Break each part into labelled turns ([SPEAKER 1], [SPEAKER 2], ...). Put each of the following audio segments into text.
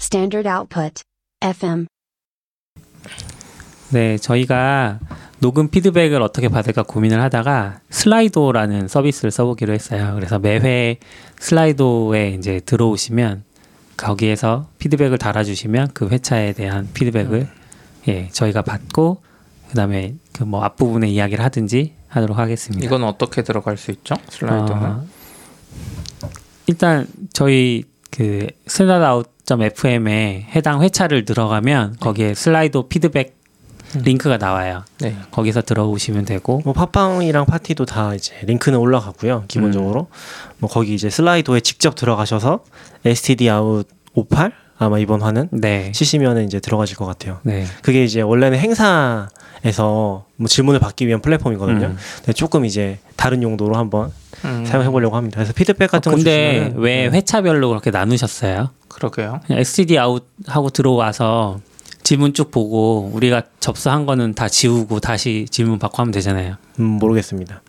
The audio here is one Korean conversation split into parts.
[SPEAKER 1] Standard output. FM.
[SPEAKER 2] 네, 저희가 녹음 피드백을 어떻게 받을까 고민을 하다가 슬라이도라는 서비스를 써보기로 했어요. 그래서 매회 슬라이도에 이제 들어오시면 거기에서 피드백을 달아주시면 그 회차에 대한 피드백을 예 저희가 받고 그다음에 그 뭐 앞부분에 이야기를 하든지 하도록 하겠습니다.
[SPEAKER 3] 이건 어떻게 들어갈 수 있죠? 슬라이드는
[SPEAKER 2] 어, 일단 저희 그 슬라다웃.fm에 해당 회차를 들어가면 거기에 슬라이도 피드백 링크가 나와요.
[SPEAKER 3] 네.
[SPEAKER 2] 거기서 들어오시면 되고
[SPEAKER 4] 뭐 팟빵이랑 파티도 다 이제 링크는 올라가고요. 기본적으로
[SPEAKER 2] 음.
[SPEAKER 4] 뭐 거기 이제 슬라이도에 직접 들어가셔서 STD 아웃 58 아마 이번 화는
[SPEAKER 2] 네.
[SPEAKER 4] 치시면은 이제 들어가실 것 같아요.
[SPEAKER 2] 네.
[SPEAKER 4] 그게 이제 원래는 행사에서 뭐 질문을 받기 위한 플랫폼이거든요.
[SPEAKER 2] 음.
[SPEAKER 4] 근데 조금 이제 다른 용도로 한번
[SPEAKER 3] 음,
[SPEAKER 4] 사용해 보려고 합니다. 그래서 피드백
[SPEAKER 2] 어,
[SPEAKER 4] 같은 네. 거
[SPEAKER 2] 근데
[SPEAKER 4] 주시면
[SPEAKER 2] 왜 회차별로 그렇게 나누셨어요?
[SPEAKER 3] 그러게요.
[SPEAKER 2] 그냥 STD 아웃 하고 들어와서 질문 쭉 보고 우리가 접수한 거는 다 지우고 다시 질문 받고 하면 되잖아요.
[SPEAKER 4] 음, 모르겠습니다.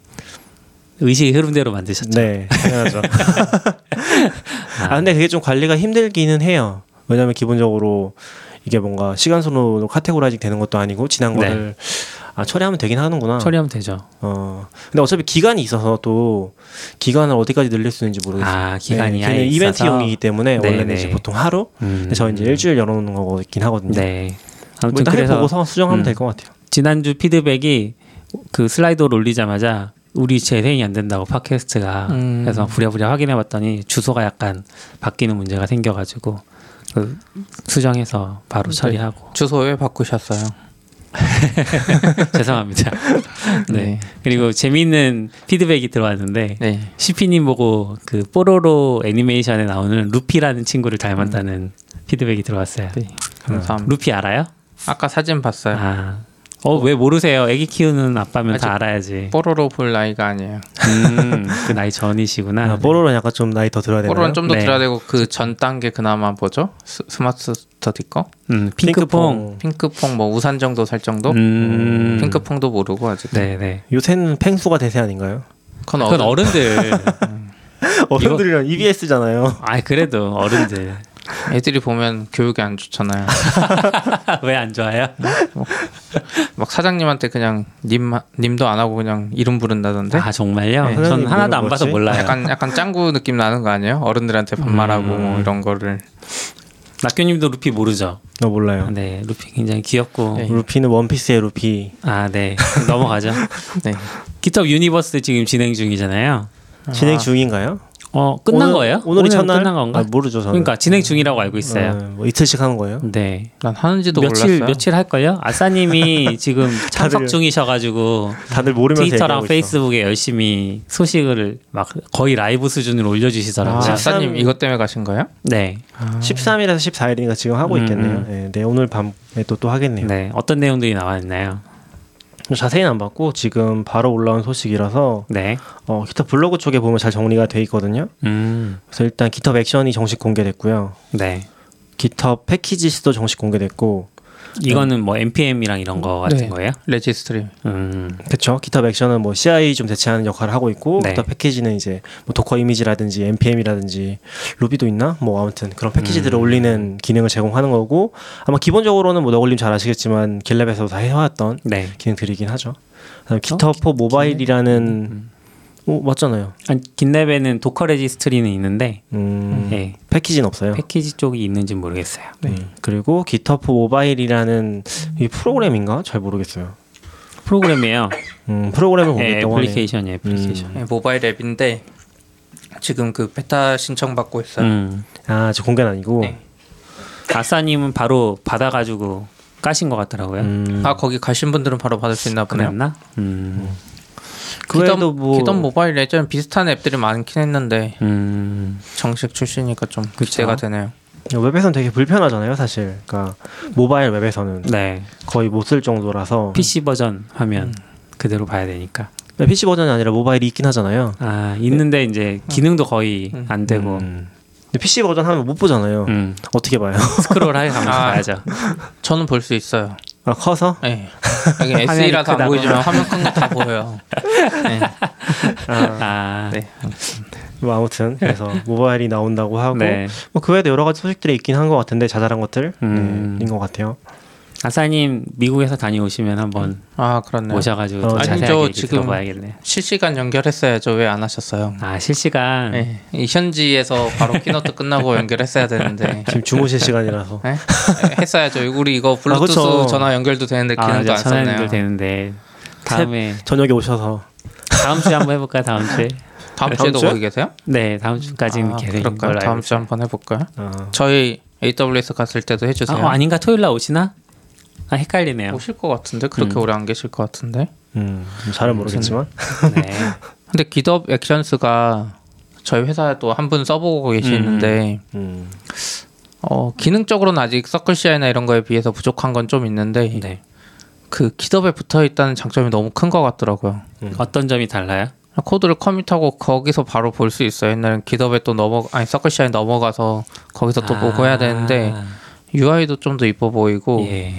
[SPEAKER 2] 의식의 흐름대로 만드셨죠.
[SPEAKER 4] 네, 당연하죠. 아 근데 그게 좀 관리가 힘들기는 해요. 왜냐면 기본적으로 이게 뭔가 시간 선호로 카테고라이징 되는 것도 아니고 지난
[SPEAKER 2] 네.
[SPEAKER 4] 거를 아 처리하면 되긴 하는구나.
[SPEAKER 2] 처리하면 되죠.
[SPEAKER 4] 어 근데 어차피 기간이 있어서 또 기간을 어디까지 늘릴 수 있는지 모르겠어요.
[SPEAKER 2] 아, 기간이
[SPEAKER 4] 네,
[SPEAKER 2] 아예
[SPEAKER 4] 걔는
[SPEAKER 2] 있어서.
[SPEAKER 4] 이벤트용이기
[SPEAKER 2] 네,
[SPEAKER 4] 때문에 원래는
[SPEAKER 2] 네. 음.
[SPEAKER 4] 이제 보통 하루. 근데 저는 이제 일주일 열어놓는 거긴 하거든요.
[SPEAKER 2] 네.
[SPEAKER 4] 뭐
[SPEAKER 2] 아무튼
[SPEAKER 4] 일단
[SPEAKER 2] 그래서
[SPEAKER 4] 해보고서 수정하면
[SPEAKER 2] 음.
[SPEAKER 4] 될 것 같아요.
[SPEAKER 2] 지난주 피드백이 그 슬라이드를 올리자마자 우리 재생이 안 된다고 팟캐스트가
[SPEAKER 3] 음.
[SPEAKER 2] 아, 그래서 부랴부랴 확인해 봤더니 주소가 약간 바뀌는 문제가 생겨가지고 그 수정해서
[SPEAKER 3] 네.
[SPEAKER 2] 바로 처리하고
[SPEAKER 3] 주소 왜 바꾸셨어요?
[SPEAKER 2] 죄송합니다. 네. 그리고 재미있는 피드백이 들어왔는데
[SPEAKER 3] 네.
[SPEAKER 2] 시피님 보고 그 뽀로로 애니메이션에 나오는 루피라는 친구를 닮았다는 피드백이 들어왔어요.
[SPEAKER 3] 음. 네. 감사합니다.
[SPEAKER 2] 루피 알아요?
[SPEAKER 3] 아까 사진 봤어요.
[SPEAKER 2] 음. 아. 어, 왜 모르세요? 애기 키우는 아빠면
[SPEAKER 3] 아직-
[SPEAKER 2] 다 알아야지.
[SPEAKER 3] 뽀로로 볼 나이가 아니에요.
[SPEAKER 2] 음, 그 나이 전이시구나.
[SPEAKER 4] 아,
[SPEAKER 3] 뭐?
[SPEAKER 4] 뽀로로는 약간 좀 나이 더 들어야 되나요?
[SPEAKER 3] 뽀로로는 좀 더
[SPEAKER 2] 네.
[SPEAKER 3] 들어야 되고 그 전 단계 그나마 뭐죠? 스, 스마트 스터디 거?
[SPEAKER 2] 음, 핑크퐁.
[SPEAKER 4] 핑크퐁.
[SPEAKER 3] 핑크퐁 뭐 우산 정도 살 정도?
[SPEAKER 2] 음.
[SPEAKER 3] 핑크퐁도 모르고 아직.
[SPEAKER 2] 네, 네.
[SPEAKER 4] 요새는 펭수가 대세 아닌가요?
[SPEAKER 3] 그건,
[SPEAKER 2] 그건
[SPEAKER 3] 어른- 네.
[SPEAKER 2] 어른들.
[SPEAKER 4] 어른들이랑 EBS잖아요.
[SPEAKER 2] 아이 그래도 어른들.
[SPEAKER 3] 애들이 보면 교육이 안 좋잖아요.
[SPEAKER 2] 왜 안 좋아요?
[SPEAKER 3] 막 사장님한테 그냥 님 님도 안 하고 그냥 이름 부른다던데.
[SPEAKER 2] 아 정말요?
[SPEAKER 4] 네.
[SPEAKER 2] 전
[SPEAKER 4] 선생님
[SPEAKER 2] 하나도 안
[SPEAKER 4] 뭐라고
[SPEAKER 2] 봐서
[SPEAKER 4] 했지?
[SPEAKER 2] 몰라요.
[SPEAKER 3] 약간 약간 짱구 느낌 나는 거 아니에요? 어른들한테 반말하고
[SPEAKER 2] 음.
[SPEAKER 3] 뭐 이런 거를
[SPEAKER 2] 낙교님도 루피 모르죠?
[SPEAKER 4] 나 몰라요.
[SPEAKER 2] 네, 루피 굉장히 귀엽고.
[SPEAKER 3] 네.
[SPEAKER 4] 루피는 원피스의 루피.
[SPEAKER 2] 아 네, 넘어가죠.
[SPEAKER 3] 네.
[SPEAKER 2] 기top 유니버스 지금 진행 중이잖아요.
[SPEAKER 4] 진행 중인가요?
[SPEAKER 2] 어 끝난
[SPEAKER 4] 오늘-
[SPEAKER 2] 거예요?
[SPEAKER 4] 오늘이
[SPEAKER 2] 오늘은
[SPEAKER 4] 첫날?
[SPEAKER 2] 끝난 건가?
[SPEAKER 4] 아, 모르죠 저는.
[SPEAKER 2] 그러니까 진행 중이라고 알고 있어요.
[SPEAKER 4] 어, 뭐 이틀씩 하는 거예요?
[SPEAKER 2] 네.
[SPEAKER 3] 난 하는지도
[SPEAKER 2] 며칠
[SPEAKER 3] 몰랐어요.
[SPEAKER 2] 며칠 할 걸요? 아싸님이 지금 참석
[SPEAKER 4] 다들-
[SPEAKER 2] 중이셔가지고
[SPEAKER 4] 다들 모르면서
[SPEAKER 2] 트위터랑
[SPEAKER 4] 얘기하고
[SPEAKER 2] 페이스북에 열심히 소식을 막 거의 라이브 수준으로
[SPEAKER 4] 아,
[SPEAKER 2] 올려주시더라고요.
[SPEAKER 4] 진짜?
[SPEAKER 3] 집사님
[SPEAKER 4] 십삼-
[SPEAKER 3] 이것 때문에 가신 거예요?
[SPEAKER 2] 네,
[SPEAKER 4] 있어. 13일에서 14일인가 지금 하고
[SPEAKER 2] 음,
[SPEAKER 4] 있겠네요.
[SPEAKER 2] 음.
[SPEAKER 4] 네, 네, 오늘 밤에 또 또 하겠네요.
[SPEAKER 2] 네. 어떤 내용들이 나왔나요?
[SPEAKER 4] 자세히는 안 봤고 지금 바로 올라온 소식이라서
[SPEAKER 2] 네.
[SPEAKER 4] 어, 기타 블로그 쪽에 보면 잘 정리가 돼 있거든요.
[SPEAKER 2] 음.
[SPEAKER 4] 그래서 일단 기타 액션이 정식 공개됐고요.
[SPEAKER 2] 네.
[SPEAKER 4] 기타 패키지스도 정식 공개됐고,
[SPEAKER 2] 이거는 뭐 npm이랑 이런 거 같은
[SPEAKER 3] 네.
[SPEAKER 2] 거예요?
[SPEAKER 3] 레지스트리.
[SPEAKER 2] 음.
[SPEAKER 4] 그렇죠. 기타 액션은 뭐 CI 좀 대체하는 역할을 하고 있고,
[SPEAKER 2] 네.
[SPEAKER 4] 기타 패키지는 이제 뭐 도커 이미지라든지 npm이라든지 루비도 있나? 뭐 아무튼 그런 패키지들을 올리는 기능을 제공하는 거고, 아마 기본적으로는 뭐 너걸림 잘 아시겠지만 길랩에서 다 해왔던
[SPEAKER 2] 네.
[SPEAKER 4] 기능들이긴 하죠. 그다음 기타 포 모바일이라는 오 맞잖아요.
[SPEAKER 2] 아니, 긴랩에는 도커 레지스트리는 있는데
[SPEAKER 4] 음,
[SPEAKER 2] 예.
[SPEAKER 4] 패키지는 없어요.
[SPEAKER 2] 패키지 쪽이 있는지 는 모르겠어요.
[SPEAKER 4] 음, 그리고 GitHub 모바일이라는 이 프로그램인가 잘 모르겠어요.
[SPEAKER 2] 프로그램이에요.
[SPEAKER 4] 음,
[SPEAKER 2] 예,
[SPEAKER 4] 프로그램을 공개했다고 하네.
[SPEAKER 2] 애플리케이션이 애플리케이션.
[SPEAKER 3] 네, 모바일 앱인데 지금 그 베타 신청 받고 있어요.
[SPEAKER 2] 음.
[SPEAKER 4] 아, 저 공개는 아니고.
[SPEAKER 3] 네.
[SPEAKER 2] 아싸님은 바로 받아가지고 까신 것 같더라고요.
[SPEAKER 4] 음,
[SPEAKER 3] 아 거기 가신 분들은 바로 받을 수 있나 보네요.
[SPEAKER 2] 그랬나? 음.
[SPEAKER 4] 그 외에도 뭐
[SPEAKER 3] 기던 모바일 예전 비슷한 앱들이 많긴 했는데
[SPEAKER 2] 음.
[SPEAKER 3] 정식 출시니까 좀 기대가 되네요.
[SPEAKER 4] 웹에서는 되게 불편하잖아요, 사실. 그러니까 모바일 웹에서는
[SPEAKER 2] 네.
[SPEAKER 4] 거의 못 쓸 정도라서
[SPEAKER 2] PC 버전 화면
[SPEAKER 4] 음.
[SPEAKER 2] 그대로 봐야 되니까.
[SPEAKER 4] PC 버전이 아니라 모바일이 있긴 하잖아요.
[SPEAKER 2] 아 있는데 이제 기능도 거의 안 되고
[SPEAKER 4] 음. 근데 PC 버전 하면 못 보잖아요.
[SPEAKER 2] 음.
[SPEAKER 4] 어떻게 봐요?
[SPEAKER 2] 스크롤 하게 가면서
[SPEAKER 3] 아.
[SPEAKER 2] 봐야죠.
[SPEAKER 3] 저는 볼 수 있어요.
[SPEAKER 4] 아, 커서?
[SPEAKER 3] 네. 여기
[SPEAKER 2] 화면이
[SPEAKER 3] SE라서
[SPEAKER 2] 크다고.
[SPEAKER 3] 네. 안 보이지만 화면 큰 거 다 보여요.
[SPEAKER 2] 아,
[SPEAKER 3] 네.
[SPEAKER 4] 뭐 아무튼 그래서 모바일이 나온다고 하고
[SPEAKER 2] 네.
[SPEAKER 4] 뭐 그 외에도 여러 가지 소식들이 있긴 한 것 같은데 자잘한 것들인
[SPEAKER 2] 음.
[SPEAKER 4] 것 같아요.
[SPEAKER 2] 아사님 미국에서 다녀오시면 한번
[SPEAKER 3] 아 그렇네요.
[SPEAKER 2] 오셔가지고
[SPEAKER 4] 어,
[SPEAKER 2] 자세하게
[SPEAKER 3] 아니죠,
[SPEAKER 2] 얘기
[SPEAKER 3] 지금.
[SPEAKER 2] 들어봐야겠네요.
[SPEAKER 3] 실시간 연결했어야죠. 왜 안 하셨어요?
[SPEAKER 2] 아 실시간
[SPEAKER 3] 예, 이 현지에서 바로 키노트 끝나고 연결했어야 되는데
[SPEAKER 4] 지금 주무실 시간이라서
[SPEAKER 3] 예? 했어야죠. 우리 이거 블루투스
[SPEAKER 4] 그쵸.
[SPEAKER 3] 전화 연결도 되는데
[SPEAKER 2] 그렇죠. 아
[SPEAKER 3] 기능도
[SPEAKER 2] 이제
[SPEAKER 3] 안 썼네요.
[SPEAKER 2] 전화연결 되는데 다음에
[SPEAKER 4] 저녁에 오셔서
[SPEAKER 2] 다음 주에 한번 해볼까 요 다음 주에
[SPEAKER 3] 다음
[SPEAKER 4] 다음
[SPEAKER 3] 주에도
[SPEAKER 4] 주에?
[SPEAKER 3] 거기 계세요?
[SPEAKER 2] 네 다음 주까지는
[SPEAKER 3] 아,
[SPEAKER 2] 계획인
[SPEAKER 3] 그럴까요?
[SPEAKER 2] 걸로
[SPEAKER 3] 다음
[SPEAKER 2] 알고
[SPEAKER 3] 주 한번 해볼까요?
[SPEAKER 4] 어,
[SPEAKER 3] 저희 AWS 갔을 때도
[SPEAKER 2] 있어요.
[SPEAKER 3] 해주세요.
[SPEAKER 2] 아, 어, 아닌가 토요일 날 오시나? 아 헷갈리네요.
[SPEAKER 3] 오실 것 같은데 그렇게
[SPEAKER 2] 음.
[SPEAKER 3] 오래 안 계실 것 같은데.
[SPEAKER 4] 음, 잘은 모르겠지만
[SPEAKER 2] 네.
[SPEAKER 3] 근데 기덥 액션스가 저희 회사에도 한 분 써보고 계시는데
[SPEAKER 4] 음,
[SPEAKER 3] 어, 기능적으로는 아직 서클CI나 이런 거에 비해서 부족한 건 좀 있는데
[SPEAKER 2] 네.
[SPEAKER 3] 그 기덥에 붙어 있다는 장점이 너무 큰 것 같더라고요.
[SPEAKER 2] 어떤 점이 달라요?
[SPEAKER 3] 코드를 커밋하고 거기서 바로 볼 수 있어요. 옛날엔 기덥에 또 넘어 아니 서클CI 넘어가서 거기서 또 보고 해야 되는데 UI도 좀 더 이뻐 보이고
[SPEAKER 2] 아. 예.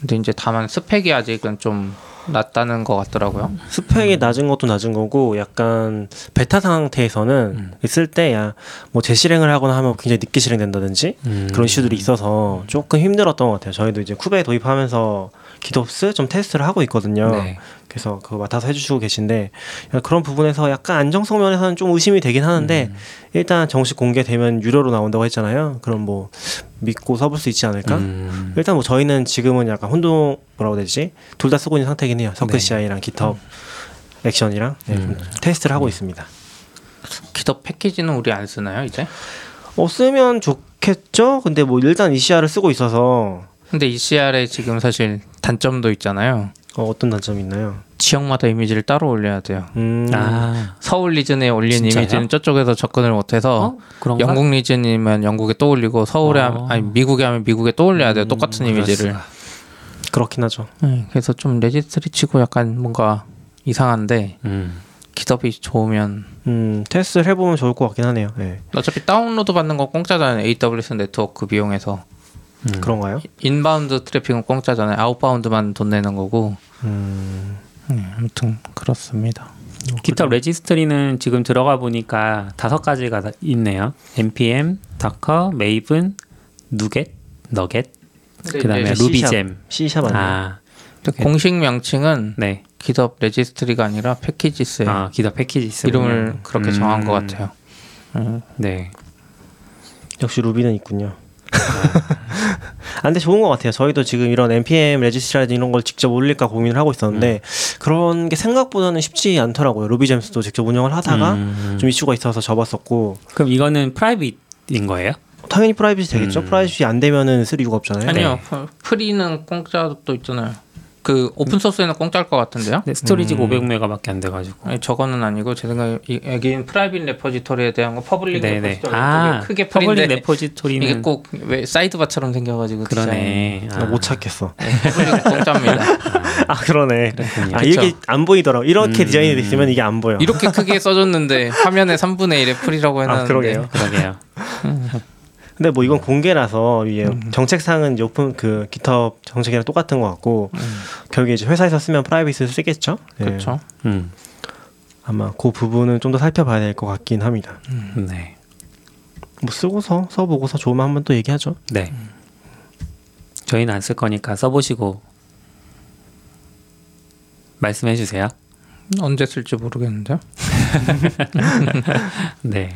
[SPEAKER 3] 근데 이제 다만 스펙이 아직은 좀 낮다는 것 같더라고요.
[SPEAKER 4] 스펙이 낮은 것도 낮은 거고 약간 베타 상태에서는
[SPEAKER 2] 음.
[SPEAKER 4] 있을 때야뭐 재실행을 하거나 하면 굉장히 늦게 실행된다든지
[SPEAKER 2] 음.
[SPEAKER 4] 그런 이슈들이 있어서 조금 힘들었던 것 같아요. 저희도 이제 쿠베 도입하면서 기덥스 좀 테스트를 하고 있거든요.
[SPEAKER 2] 네.
[SPEAKER 4] 그래서 그거 맡아서 해주시고 계신데 그런 부분에서 약간 안정성 면에서는 좀 의심이 되긴 하는데
[SPEAKER 2] 음.
[SPEAKER 4] 일단 정식 공개되면 유료로 나온다고 했잖아요. 그럼 뭐 믿고 써볼 수 있지 않을까?
[SPEAKER 2] 음.
[SPEAKER 4] 일단 뭐 저희는 지금은 약간 혼동 뭐라고 해야 되지? 둘 다 쓰고 있는 상태긴 해요. 서클
[SPEAKER 2] 네. 음.
[SPEAKER 4] CI랑 GitHub 액션이랑 네, 좀 테스트를 하고 있습니다.
[SPEAKER 3] 기덥 패키지는 우리 안 쓰나요 이제?
[SPEAKER 4] 어 쓰면 좋겠죠? 근데 뭐 일단 ECR을 쓰고 있어서
[SPEAKER 3] 근데 ECR에 지금 사실 단점도 있잖아요.
[SPEAKER 4] 어, 어떤 단점이 있나요?
[SPEAKER 3] 지역마다 이미지를 따로 올려야 돼요.
[SPEAKER 4] 음,
[SPEAKER 2] 아.
[SPEAKER 3] 서울 리즌에 올린
[SPEAKER 2] 진짜요?
[SPEAKER 3] 이미지는 저쪽에서 접근을 못해서
[SPEAKER 2] 어? 그런가?
[SPEAKER 3] 영국 리즌이면 영국에 또 올리고 서울에
[SPEAKER 2] 어. 음,
[SPEAKER 3] 하면, 아니 미국에 하면 미국에 또 올려야 돼요. 똑같은 이미지를.
[SPEAKER 4] 그렇긴 하죠.
[SPEAKER 3] 네, 그래서 좀 레지스트리 치고 약간 뭔가 이상한데
[SPEAKER 2] 음.
[SPEAKER 3] 기덥이 좋으면
[SPEAKER 4] 음 테스트를 해보면 좋을 것 같긴 하네요. 네.
[SPEAKER 3] 어차피 다운로드 받는 건 공짜잖아요. AWS 네트워크 비용해서
[SPEAKER 2] 음.
[SPEAKER 4] 그런가요?
[SPEAKER 3] 인바운드 트래픽은 공짜잖아요. 아웃바운드만 돈 내는 거고.
[SPEAKER 2] 음.
[SPEAKER 3] 네, 아무튼 그렇습니다.
[SPEAKER 2] 기타 레지스트리는 지금 들어가 보니까 다섯 가지가 다 있네요. npm, docker, maven, nuget, nugget, 그다음에
[SPEAKER 4] 이제 C샵.
[SPEAKER 2] rubygem.
[SPEAKER 4] C 샵 아니에요?
[SPEAKER 2] 아,
[SPEAKER 3] 근데 공식 명칭은
[SPEAKER 2] 네.
[SPEAKER 3] 기덥 레지스트리가 아니라 패키지스예요.
[SPEAKER 2] 아, 기타 패키지 쓰는
[SPEAKER 3] 이름을 그렇게
[SPEAKER 2] 음.
[SPEAKER 3] 정한 것 같아요.
[SPEAKER 2] 네.
[SPEAKER 4] 역시 루비는 있군요. 아, 근데 좋은 것 같아요. 저희도 지금 이런 npm 레지스트라든 이런 걸 직접 올릴까 고민을 하고 있었는데
[SPEAKER 3] 음.
[SPEAKER 4] 그런 게 생각보다는 쉽지 않더라고요. 루비잼스도 직접 운영을 하다가
[SPEAKER 3] 음.
[SPEAKER 4] 좀 이슈가 있어서 접었었고
[SPEAKER 2] 그럼 이거는 프라이빗인 거예요?
[SPEAKER 4] 당연히 프라이빗이
[SPEAKER 3] 음.
[SPEAKER 4] 되겠죠. 프라이빗이 안 되면은 쓸 이유가 없잖아요.
[SPEAKER 3] 아니요,
[SPEAKER 2] 네.
[SPEAKER 3] 프리는 공짜도 있잖아요. 그 오픈 소스에는 공짜일 것 같은데요.
[SPEAKER 2] 네,
[SPEAKER 3] 음.
[SPEAKER 2] 스토리지가 500메가밖에 안 돼가지고.
[SPEAKER 3] 아니, 저거는 아니고 제 생각에 이- 여기는 프라이빗 레포지토리에 대한 거 퍼블릭
[SPEAKER 2] 네네.
[SPEAKER 3] 레포지토리
[SPEAKER 2] 아,
[SPEAKER 3] 쪽이 크게
[SPEAKER 2] 퍼블릭
[SPEAKER 3] 프리인데
[SPEAKER 2] 레포지토리는
[SPEAKER 3] 이게 꼭 왜 사이드바처럼 생겨가지고 디자인이
[SPEAKER 2] 그러네. 아,
[SPEAKER 4] 나 아, 못 찾겠어.
[SPEAKER 3] 퍼블릭 공짜입니다.
[SPEAKER 4] 아 그러네. 아
[SPEAKER 3] 그쵸. 음.
[SPEAKER 4] 이게 안 보이더라고. 이렇게 디자인이 돼 있으면 이게 안 보여.
[SPEAKER 3] 이렇게 크게 써줬는데 화면에 3분의 1의 프리라고 해놨는데
[SPEAKER 4] 아 그러게요.
[SPEAKER 2] 그러게요.
[SPEAKER 4] 근데 뭐 이건 공개라서 이게
[SPEAKER 3] 음.
[SPEAKER 4] 정책상은 이제 오픈 그 기타 정책이랑 똑같은 것 같고 결국에 이제 회사에서 쓰면 프라이빗을 쓰겠죠.
[SPEAKER 3] 음.
[SPEAKER 4] 예.
[SPEAKER 3] 그렇죠.
[SPEAKER 2] 음.
[SPEAKER 4] 아마 그 부분은 좀 더 살펴봐야 될 것 같긴 합니다.
[SPEAKER 3] 음.
[SPEAKER 2] 네.
[SPEAKER 4] 뭐 쓰고서 써보고서 좋으면 한번 또 얘기하죠.
[SPEAKER 2] 네. 저희는 안 쓸 거니까 써보시고 말씀해 주세요.
[SPEAKER 3] 언제 쓸지 모르겠는데요.
[SPEAKER 2] 네.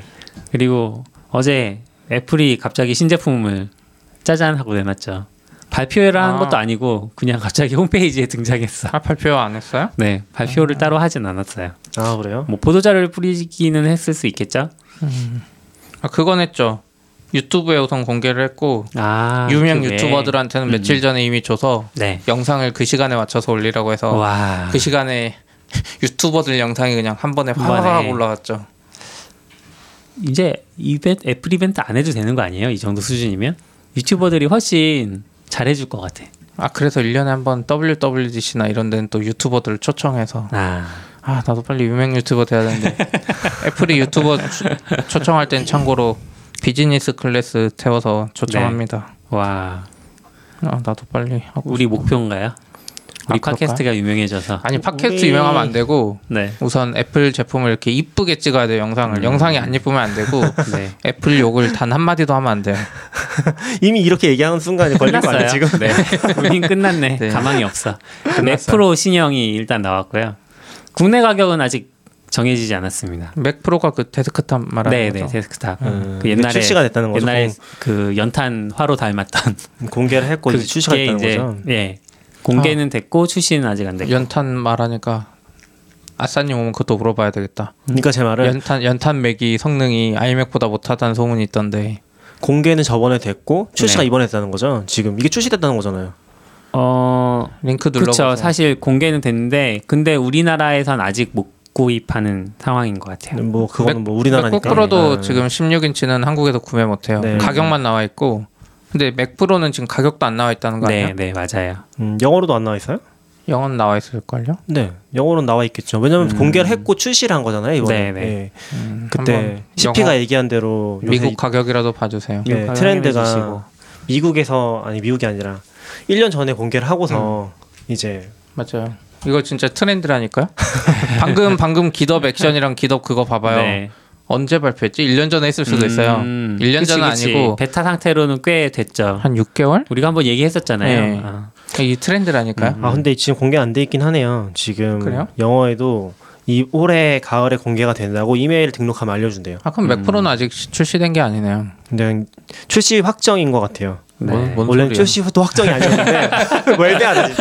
[SPEAKER 2] 그리고 어제 애플이 갑자기 신제품을 짜잔 하고 내놨죠. 발표회를 하는
[SPEAKER 3] 아.
[SPEAKER 2] 것도 아니고 그냥 갑자기 홈페이지에 등장했어.
[SPEAKER 3] 아, 발표 안 했어요?
[SPEAKER 2] 네.
[SPEAKER 3] 음.
[SPEAKER 2] 발표를 따로 하진 않았어요.
[SPEAKER 4] 아 그래요?
[SPEAKER 2] 뭐 보도자료를 뿌리기는 했을 수 있겠죠?
[SPEAKER 3] 아, 그건 했죠. 유튜브에 우선 공개를 했고
[SPEAKER 2] 아. 음.
[SPEAKER 3] 유명
[SPEAKER 2] 그게.
[SPEAKER 3] 유튜버들한테는 며칠 전에 이미 줘서
[SPEAKER 2] 네.
[SPEAKER 3] 영상을 그 시간에 맞춰서 올리라고 해서
[SPEAKER 2] 와.
[SPEAKER 3] 그 시간에 유튜버들 영상이 그냥 한 번에 화화가
[SPEAKER 2] 이번에.
[SPEAKER 3] 올라갔죠.
[SPEAKER 2] 이제 이벤트, 애플 이벤트 안 해도 되는 거 아니에요? 이 정도 수준이면 유튜버들이 훨씬 잘해줄 것 같아.
[SPEAKER 3] 아 그래서 1년에 한 번 WWDC나 이런 데는 또 유튜버들을 초청해서
[SPEAKER 2] 아,
[SPEAKER 3] 아 나도 빨리 유명 유튜버 돼야 되는데 애플이 유튜버 추- 초청할 땐 참고로 비즈니스 클래스 태워서 초청합니다.
[SPEAKER 2] 와,
[SPEAKER 3] 아 나도 빨리 하고
[SPEAKER 2] 우리 목표인가요? 우리
[SPEAKER 3] 그럴까요?
[SPEAKER 2] 팟캐스트가 유명해져서
[SPEAKER 3] 아니 팟캐스트
[SPEAKER 4] 우리-
[SPEAKER 3] 유명하면 안 되고
[SPEAKER 2] 네.
[SPEAKER 3] 우선 애플 제품을 이렇게 이쁘게 찍어야 돼요 영상을 영상이 안 이쁘면 안 되고
[SPEAKER 2] 네.
[SPEAKER 3] 애플 욕을 단 한마디도 하면 안 돼요
[SPEAKER 4] 이미 이렇게 얘기하는 순간에 걸린 거 아니에요
[SPEAKER 2] 끝났어요.
[SPEAKER 4] 지금?
[SPEAKER 2] 네. 우린 끝났네.
[SPEAKER 3] 네.
[SPEAKER 2] 가망이 없어. 맥 프로 신형이 일단 나왔고요. 국내 가격은 아직 정해지지 않았습니다.
[SPEAKER 3] 맥 프로가 그 데스크탑 말하는
[SPEAKER 2] 네, 네,
[SPEAKER 3] 거죠
[SPEAKER 2] 데스크탑.
[SPEAKER 4] 음,
[SPEAKER 2] 그 옛날에
[SPEAKER 4] 출시가 됐다는 거죠.
[SPEAKER 2] 옛날에 그 연탄 화로 닮았던
[SPEAKER 4] 공개를 했고 이제
[SPEAKER 2] 그게
[SPEAKER 4] 출시가 됐다는 거죠. 아.
[SPEAKER 2] 예. 공개는 됐고 출시는 아직 안 됐고.
[SPEAKER 3] 연탄 말하니까 아싸님 오면 그것도 물어봐야 되겠다
[SPEAKER 4] 그러니까 제 말은
[SPEAKER 3] 연탄 연탄 맥이 성능이 아이맥보다 못하다는 소문이 있던데
[SPEAKER 4] 공개는 저번에 됐고 출시가
[SPEAKER 2] 네.
[SPEAKER 4] 이번에 됐다는 거죠. 지금 이게 출시됐다는 거잖아요.
[SPEAKER 2] 어,
[SPEAKER 3] 링크 눌러보세요
[SPEAKER 2] 그렇죠. 사실 공개는 됐는데 근데 우리나라에선 아직 못 구입하는 상황인 것 같아요.
[SPEAKER 3] 음,
[SPEAKER 4] 뭐 그거는 뭐
[SPEAKER 3] 맥북
[SPEAKER 4] 우리나라니까.
[SPEAKER 3] 프로도
[SPEAKER 4] 네.
[SPEAKER 3] 지금 16인치는 한국에서 구매 못해요
[SPEAKER 4] 네.
[SPEAKER 3] 가격만 나와 있고 근데 맥 프로는 지금 가격도 안 나와 있다는 거
[SPEAKER 2] 네,
[SPEAKER 3] 아니에요?
[SPEAKER 2] 네, 맞아요.
[SPEAKER 4] 음, 영어로도 안 나와 있어요?
[SPEAKER 3] 영어는 나와 있을걸요?
[SPEAKER 4] 네, 영어로는 나와 있겠죠. 왜냐면 공개를 했고 출시를 한 거잖아요
[SPEAKER 2] 네,
[SPEAKER 4] 이번에.
[SPEAKER 2] 네.
[SPEAKER 4] 예.
[SPEAKER 3] 음, 한번
[SPEAKER 4] 그때 CP가
[SPEAKER 3] 영어-
[SPEAKER 4] 얘기한 대로 요새
[SPEAKER 3] 미국 가격이라도 봐주세요
[SPEAKER 4] 네,
[SPEAKER 2] 가격
[SPEAKER 4] 트렌드가
[SPEAKER 2] 확인해주시고.
[SPEAKER 4] 미국에서 아니 미국이 아니라 1년 전에 공개를 하고서
[SPEAKER 3] 음.
[SPEAKER 4] 이제
[SPEAKER 3] 맞아요. 이거 진짜 트렌드라니까요. 방금 방금 기덥 액션이랑 기덥 그거 봐봐요.
[SPEAKER 2] 네.
[SPEAKER 3] 언제 발표했지? 1년 전에 했을 수도 있어요.
[SPEAKER 2] 음,
[SPEAKER 3] 1년
[SPEAKER 2] 그치,
[SPEAKER 3] 전은
[SPEAKER 2] 그치.
[SPEAKER 3] 아니고
[SPEAKER 2] 베타 상태로는 꽤 됐죠.
[SPEAKER 3] 한 6개월?
[SPEAKER 2] 우리가 한번 얘기했었잖아요.
[SPEAKER 3] 네.
[SPEAKER 2] 아,
[SPEAKER 3] 이 트렌드라니까요.
[SPEAKER 4] 아 근데 지금 공개 안 돼 있긴 하네요. 지금
[SPEAKER 3] 음. 그래요?
[SPEAKER 4] 영어에도 이 올해 가을에 공개가 된다고 이메일 등록하면 알려준대요.
[SPEAKER 3] 아 그럼 맥프로는 아직 시- 출시된 게 아니네요.
[SPEAKER 4] 근데 출시 확정인 것 같아요.
[SPEAKER 3] 뭔, 뭔
[SPEAKER 4] 네. 원래
[SPEAKER 3] 소리예요?
[SPEAKER 4] 는 출시 후도 확정이 아니었는데 왜 대하지?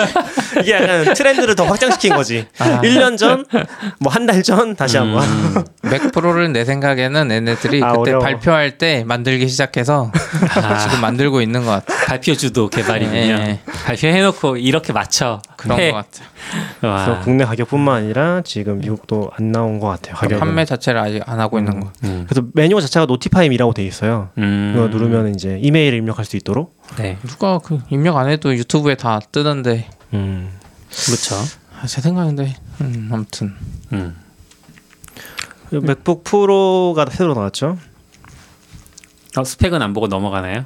[SPEAKER 4] 이게 약간 트렌드를 더 확장시킨 거지.
[SPEAKER 3] 아.
[SPEAKER 4] 1년 전, 뭐 한 달 전 다시
[SPEAKER 3] 음.
[SPEAKER 4] 한번.
[SPEAKER 3] 맥프로를 내 생각에는 얘네들이
[SPEAKER 4] 아,
[SPEAKER 3] 그때
[SPEAKER 4] 어려워.
[SPEAKER 3] 발표할 때 만들기 시작해서 지금 만들고 있는 것 같아.
[SPEAKER 2] 아, 발표 주도 개발이군요. 네.
[SPEAKER 3] 네.
[SPEAKER 2] 발표해놓고 이렇게 맞춰.
[SPEAKER 3] 그런
[SPEAKER 2] 해.
[SPEAKER 3] 것 같아.
[SPEAKER 2] 와.
[SPEAKER 4] 그래서 국내 가격뿐만 아니라 지금 미국도 안 나온 것 같아요. 가격.
[SPEAKER 3] 판매 자체를 아직 안 하고 있는 것 같아.
[SPEAKER 2] 음.
[SPEAKER 4] 그래서 메뉴 자체가 노티파임이라고 돼 있어요.
[SPEAKER 2] 음.
[SPEAKER 4] 이거 누르면 이제 이메일을 입력할 수 있도록.
[SPEAKER 2] 네,
[SPEAKER 3] 누가 그 입력 안 해도 유튜브에 다 뜨는데
[SPEAKER 4] 음.
[SPEAKER 2] 그렇죠.
[SPEAKER 3] 아, 제 생각인데 음, 아무튼
[SPEAKER 2] 음.
[SPEAKER 4] 그리고 맥북 프로가 새로 나왔죠.
[SPEAKER 2] 어, 스펙은 안 보고 넘어가나요?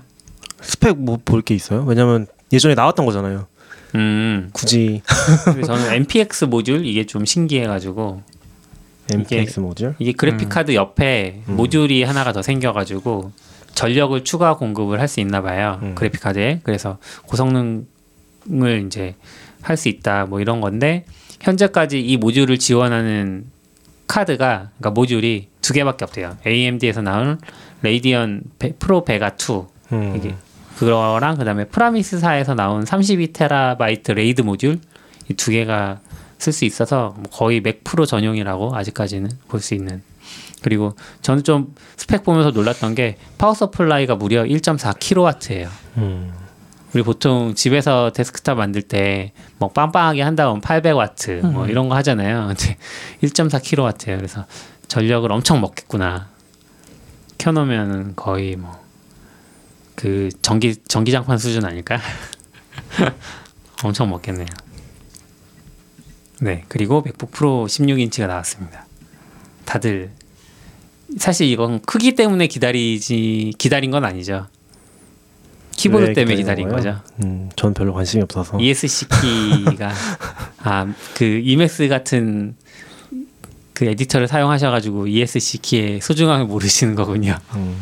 [SPEAKER 4] 스펙 뭐 볼 게 있어요? 왜냐면 예전에 나왔던 거잖아요.
[SPEAKER 2] 음.
[SPEAKER 4] 굳이
[SPEAKER 2] 근데 저는 MPX 모듈 이게 좀 신기해가지고
[SPEAKER 4] MPX 모듈.
[SPEAKER 2] 이게 그래픽 카드 옆에 모듈이 하나가 더 생겨가지고 전력을 추가 공급을 할 수 있나 봐요
[SPEAKER 4] 음.
[SPEAKER 2] 그래픽 카드에 그래서 고성능을 이제 할 수 있다 뭐 이런 건데 현재까지 이 모듈을 지원하는 카드가 그러니까 모듈이 두 개밖에 없대요 AMD에서 나온 레이디언 베- 프로 베가 2
[SPEAKER 4] 음.
[SPEAKER 2] 이게 그거랑 그다음에 프라미스사에서 나온 32테라바이트 레이드 모듈 이 두 개가 쓸 수 있어서 뭐 거의 맥 프로 전용이라고 아직까지는 볼 수 있는 그리고 저는 좀 스펙 보면서 놀랐던 게 파워 서플라이가 무려 1.4kW예요.
[SPEAKER 4] 음.
[SPEAKER 2] 우리 보통 집에서 데스크탑 만들 때 뭐 빵빵하게 한 다음 800와트 뭐 이런 거 하잖아요. 근데 1.4kW예요. 그래서 전력을 엄청 먹겠구나. 켜놓으면 거의 뭐 그 전기 전기장판 수준 아닐까? 엄청 먹겠네요. 네, 그리고 맥북 프로 16인치가 나왔습니다. 다들 사실 이건 크기 때문에 기다리지 기다린 건 아니죠.
[SPEAKER 4] 왜
[SPEAKER 2] 키보드 때문에 기다린
[SPEAKER 4] 기다리는 거예요?
[SPEAKER 2] 거죠.
[SPEAKER 4] 음, 전 별로 관심이 없어서.
[SPEAKER 2] ESC 키가 아그 E 이맥스 같은 그 에디터를 사용하셔가지고 E ESC 키의 소중함을 모르시는 거군요.
[SPEAKER 4] 음.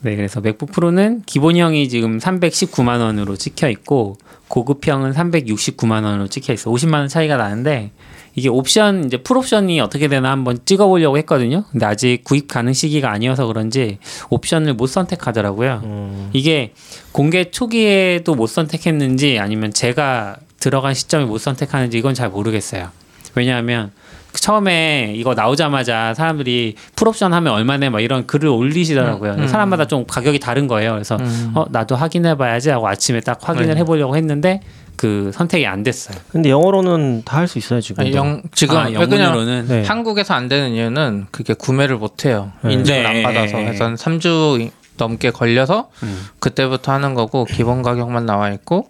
[SPEAKER 2] 네, 그래서 맥북 프로는 기본형이 지금 319만 원으로 찍혀 있고 고급형은 369만 원으로 찍혀 있어. 50만 원 차이가 나는데 이게 옵션 이제 풀옵션이 어떻게 되나 한번 찍어보려고 했거든요. 근데 아직 구입 가능 시기가 아니어서 그런지 옵션을 못 선택하더라고요.
[SPEAKER 4] 음.
[SPEAKER 2] 이게 공개 초기에도 못 선택했는지 아니면 제가 들어간 시점에 못 선택하는지 이건 잘 모르겠어요. 왜냐하면 처음에 이거 나오자마자 사람들이 풀옵션 하면 얼마네 막 이런 글을 올리시더라고요.
[SPEAKER 3] 음, 음.
[SPEAKER 2] 사람마다 좀 가격이 다른 거예요. 그래서
[SPEAKER 3] 음.
[SPEAKER 2] 어 나도 확인해봐야지 하고 아침에 딱 확인을
[SPEAKER 3] 네.
[SPEAKER 2] 해보려고 했는데 그 선택이 안 됐어요.
[SPEAKER 4] 근데 영어로는 다 할 수 있어요 지금.
[SPEAKER 3] 아니, 영 지금
[SPEAKER 2] 아,
[SPEAKER 3] 왜 그냥
[SPEAKER 2] 영문으로는
[SPEAKER 4] 네.
[SPEAKER 3] 한국에서 안 되는 이유는 그게 구매를 못 해요.
[SPEAKER 4] 네.
[SPEAKER 3] 인증을
[SPEAKER 2] 네.
[SPEAKER 3] 안 받아서 그래서 한 3주 넘게 걸려서
[SPEAKER 4] 음.
[SPEAKER 3] 그때부터 하는 거고 기본 가격만 나와 있고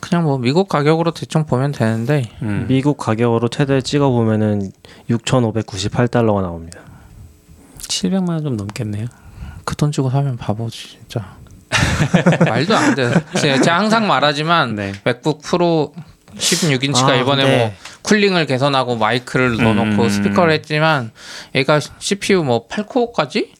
[SPEAKER 3] 그냥 뭐 미국 가격으로 대충 보면 되는데
[SPEAKER 2] 음.
[SPEAKER 4] 미국 가격으로 최대 찍어 보면은 6,598달러가 나옵니다.
[SPEAKER 2] 700만 원 좀 넘겠네요.
[SPEAKER 3] 그 돈 주고 사면 바보지 진짜. 말도 안 돼. 제- 제가 항상 말하지만
[SPEAKER 2] 네.
[SPEAKER 3] 맥북 프로 16인치가
[SPEAKER 4] 아,
[SPEAKER 3] 이번에
[SPEAKER 4] 네.
[SPEAKER 3] 뭐 쿨링을 개선하고 마이크를 넣어놓고
[SPEAKER 2] 음.
[SPEAKER 3] 스피커를 했지만 얘가 CPU 뭐 8코어까지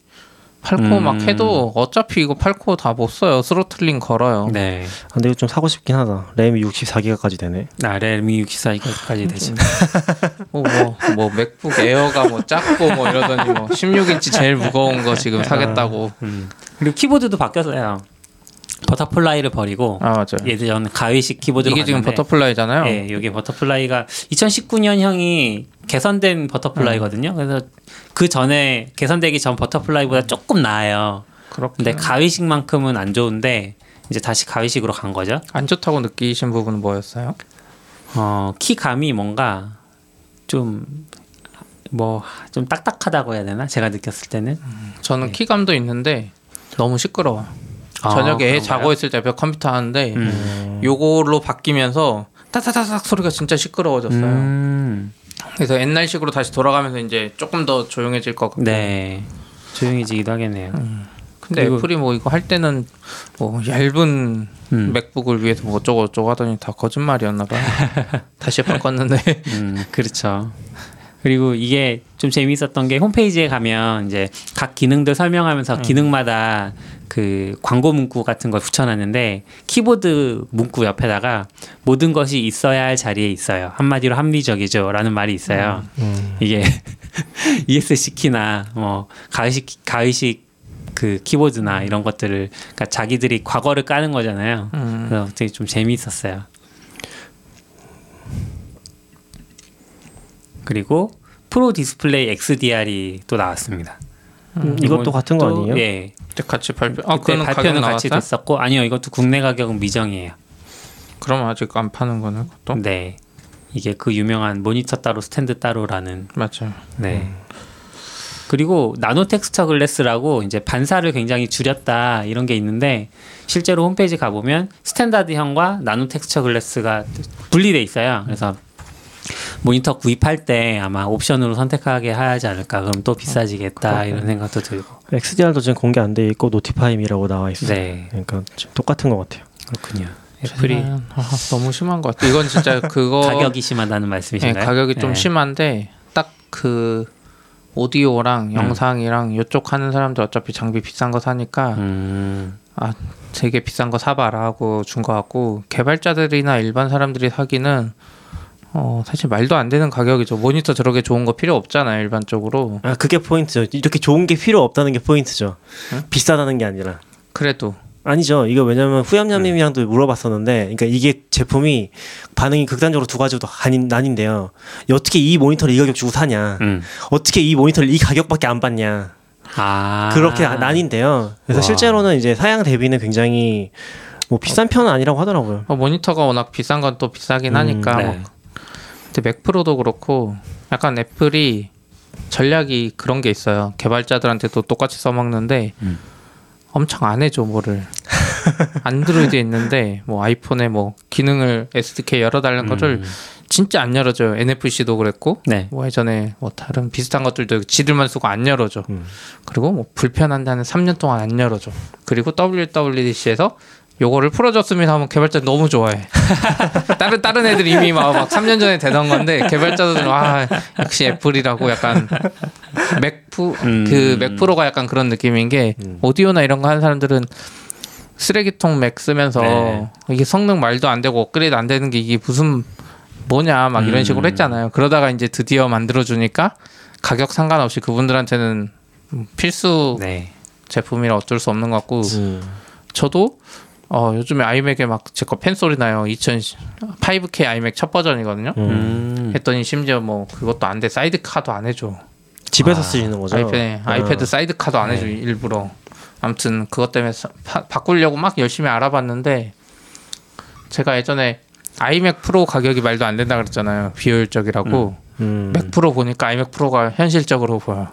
[SPEAKER 3] 8코어 막
[SPEAKER 2] 음.
[SPEAKER 3] 해도 어차피 이거 8코어 다 못 써요. 스로틀링 걸어요.
[SPEAKER 2] 네.
[SPEAKER 4] 아, 근데 이거 좀 사고 싶긴 하다. 램이 64기가까지 되네.
[SPEAKER 2] 아, 렐미 64기까지 되지.
[SPEAKER 3] 뭐, 뭐, 뭐 맥북 에어가 뭐 작고 뭐 이러더니 뭐 16인치 제일 무거운 거
[SPEAKER 2] 네.
[SPEAKER 3] 지금 사겠다고.
[SPEAKER 2] 음. 그리고 키보드도 바뀌었어요. 버터플라이를 버리고
[SPEAKER 3] 아 맞아요.
[SPEAKER 2] 예전 가위식 키보드로
[SPEAKER 3] 이게 지금
[SPEAKER 2] 갔는데
[SPEAKER 3] 버터플라이잖아요.
[SPEAKER 2] 예, 여기 버터플라이가 2019년형이 개선된
[SPEAKER 3] 음.
[SPEAKER 2] 버터플라이거든요. 그래서 그 전에 개선되기 전 버터플라이보다 조금 나아요.
[SPEAKER 3] 그렇게
[SPEAKER 2] 근데 가위식만큼은 안 좋은데 이제 다시 가위식으로 간 거죠.
[SPEAKER 3] 안 좋다고 느끼신 부분은 뭐였어요?
[SPEAKER 2] 어, 키감이 뭔가 좀 뭐 좀 딱딱하다고 해야 되나? 제가 느꼈을 때는
[SPEAKER 3] 저는
[SPEAKER 2] 네.
[SPEAKER 3] 키감도 있는데 너무 시끄러워.
[SPEAKER 2] 아,
[SPEAKER 3] 저녁에 애 자고 있을 때 옆에 컴퓨터 하는데
[SPEAKER 2] 음.
[SPEAKER 3] 요걸로 바뀌면서 따다다닥 소리가 진짜 시끄러워졌어요.
[SPEAKER 2] 음,
[SPEAKER 3] 그래서 옛날식으로 다시 돌아가면서 이제 조금 더 조용해질 것 같고.
[SPEAKER 2] 네. 조용해지기도 하겠네요.
[SPEAKER 3] 근데
[SPEAKER 2] 그리고-
[SPEAKER 3] 애플이 뭐 이거 할 때는 뭐 얇은
[SPEAKER 2] 음.
[SPEAKER 3] 맥북을 위해서 뭐 어쩌고 저쩌고 하더니 다 거짓말이었나 봐. 다시 바꿨는데
[SPEAKER 2] 음, 그렇죠. 그리고 이게 좀 재미있었던 게 홈페이지에 가면 이제 각 기능들 설명하면서 기능마다 그 광고 문구 같은 걸 붙여놨는데 키보드 문구 옆에다가 모든 것이 있어야 할 자리에 있어요. 한마디로 합리적이죠라는 말이 있어요. 이게 ESC 키나 뭐 가위식 키- 가위식 그 키보드나 이런 것들을 그러니까 자기들이 과거를 까는 거잖아요.
[SPEAKER 3] 음.
[SPEAKER 2] 그래서 되게 좀 재미있었어요. 그리고 프로 디스플레이 XDR이 또 나왔습니다.
[SPEAKER 4] 음, 이것도 같은 거 아니에요?
[SPEAKER 2] 예.
[SPEAKER 3] 그때 같이 발표. 아
[SPEAKER 2] 그때
[SPEAKER 3] 그거는 가격
[SPEAKER 2] 발표는 같이
[SPEAKER 3] 나왔어요?
[SPEAKER 2] 됐었고 아니요 이것도 국내 가격은 미정이에요.
[SPEAKER 3] 그럼 아직 안 파는 거는 그것도
[SPEAKER 2] 네. 이게 그 유명한 모니터 따로 스탠드 따로라는
[SPEAKER 3] 맞아요.
[SPEAKER 2] 네. 그리고 나노 텍스처 글래스라고 이제 반사를 굉장히 줄였다 이런 게 있는데 실제로 홈페이지 가 보면 스탠다드형과 나노 텍스처 글래스가 분리돼 있어요. 그래서 모니터 구입할 때 아마 옵션으로 선택하게 하지 않을까. 그럼 또 비싸지겠다 이런 생각도 들고.
[SPEAKER 4] XDR도 지금 공개 안 돼 있고 노티파임이라고 나와 있어요.
[SPEAKER 2] 네,
[SPEAKER 4] 그러니까 지금 똑같은 것 같아요.
[SPEAKER 2] 그렇군요. 애플이
[SPEAKER 3] 아, 아, 너무 심한 것 같아. 이건 진짜 그거
[SPEAKER 2] 가격이 심하다는
[SPEAKER 3] 예,
[SPEAKER 2] 말씀이신가요?
[SPEAKER 3] 가격이 좀
[SPEAKER 2] 네.
[SPEAKER 3] 심한데 딱 그
[SPEAKER 2] 음.
[SPEAKER 3] 오디오랑 영상이랑 이쪽 하는 사람들 어차피 장비 비싼 거 사니까
[SPEAKER 2] 음,
[SPEAKER 3] 아 되게 비싼 거 사봐라 하고 준 거 같고 개발자들이나 일반 사람들이 사기는 어 사실 말도 안 되는 가격이죠 모니터 저렇게 좋은 거 필요 없잖아요 일반적으로
[SPEAKER 4] 아 그게 포인트죠. 이렇게 좋은 게 필요 없다는 게 포인트죠. 비싸다는 게 아니라.
[SPEAKER 3] 그래도
[SPEAKER 4] 아니죠. 이거 왜냐면
[SPEAKER 3] 네.
[SPEAKER 4] 후얌얌님이랑도 물어봤었는데, 그러니까 이게 제품이 반응이 극단적으로 두 가지도 아닌 난인데요. 어떻게 이 모니터를 이 가격 주고 사냐?
[SPEAKER 2] 음.
[SPEAKER 4] 어떻게 이 모니터를 이 가격밖에 안 받냐?
[SPEAKER 2] 아
[SPEAKER 4] 그렇게 아- 난인데요. 그래서
[SPEAKER 2] 와.
[SPEAKER 4] 실제로는 이제 사양 대비는 굉장히 뭐 비싼 편은 아니라고 하더라고요.
[SPEAKER 3] 어, 모니터가 워낙 비싼 건 또 비싸긴 하니까
[SPEAKER 2] 네.
[SPEAKER 3] 뭐 근데 맥프로도 그렇고 약간 애플이 전략이 그런 게 있어요. 개발자들한테도 똑같이 써먹는데 엄청 안 해줘 뭐를 안드로이드에 있는데 뭐 아이폰에 뭐 기능을 SDK 열어달라는 거를 진짜 안 열어줘요. NFC도 그랬고
[SPEAKER 2] 음. 네.
[SPEAKER 3] 뭐 예전에 뭐 다른 비슷한 것들도 지들만 쓰고 안 열어줘.
[SPEAKER 2] 음.
[SPEAKER 3] 그리고 뭐 불편한다는 3년 동안 안 열어줘. 그리고 WWDC에서 요거를 풀어줬습니다 하면 개발자 너무 좋아해. 다른 다른 애들 이미 막, 막 3년 전에 되던 건데 개발자들은 와 역시 애플이라고 약간 맥프
[SPEAKER 2] 음.
[SPEAKER 3] 그 맥프로가 약간 그런 느낌인 게 오디오나 이런 거 하는 사람들은 쓰레기통 맥 쓰면서
[SPEAKER 2] 네.
[SPEAKER 3] 이게 성능 말도 안 되고 업그레이드 안 되는 게 이게 무슨 뭐냐 막 이런 식으로 했잖아요. 그러다가 이제 드디어 만들어 주니까 가격 상관없이 그분들한테는 필수
[SPEAKER 2] 네.
[SPEAKER 3] 제품이라 어쩔 수 없는 것 같고 저도 어, 요즘에 아이맥에 막 제 거 팬소리 나요. 2000 5K 아이맥 첫 버전이거든요.
[SPEAKER 2] 음.
[SPEAKER 3] 했더니 심지어 뭐 그것도 안 돼. 사이드카도 안 해줘.
[SPEAKER 4] 집에서 쓰시는 거죠.
[SPEAKER 3] 아. 아이패드,
[SPEAKER 4] 아.
[SPEAKER 3] 아이패드 사이드카도 안 해줘 일부러. 아무튼 그것 때문에 사- 파- 바꾸려고 막 열심히 알아봤는데 제가 예전에 아이맥 프로 가격이 말도 안 된다 그랬잖아요. 비효율적이라고.
[SPEAKER 4] 음.
[SPEAKER 3] 맥 프로 보니까 아이맥 프로가 현실적으로 보여.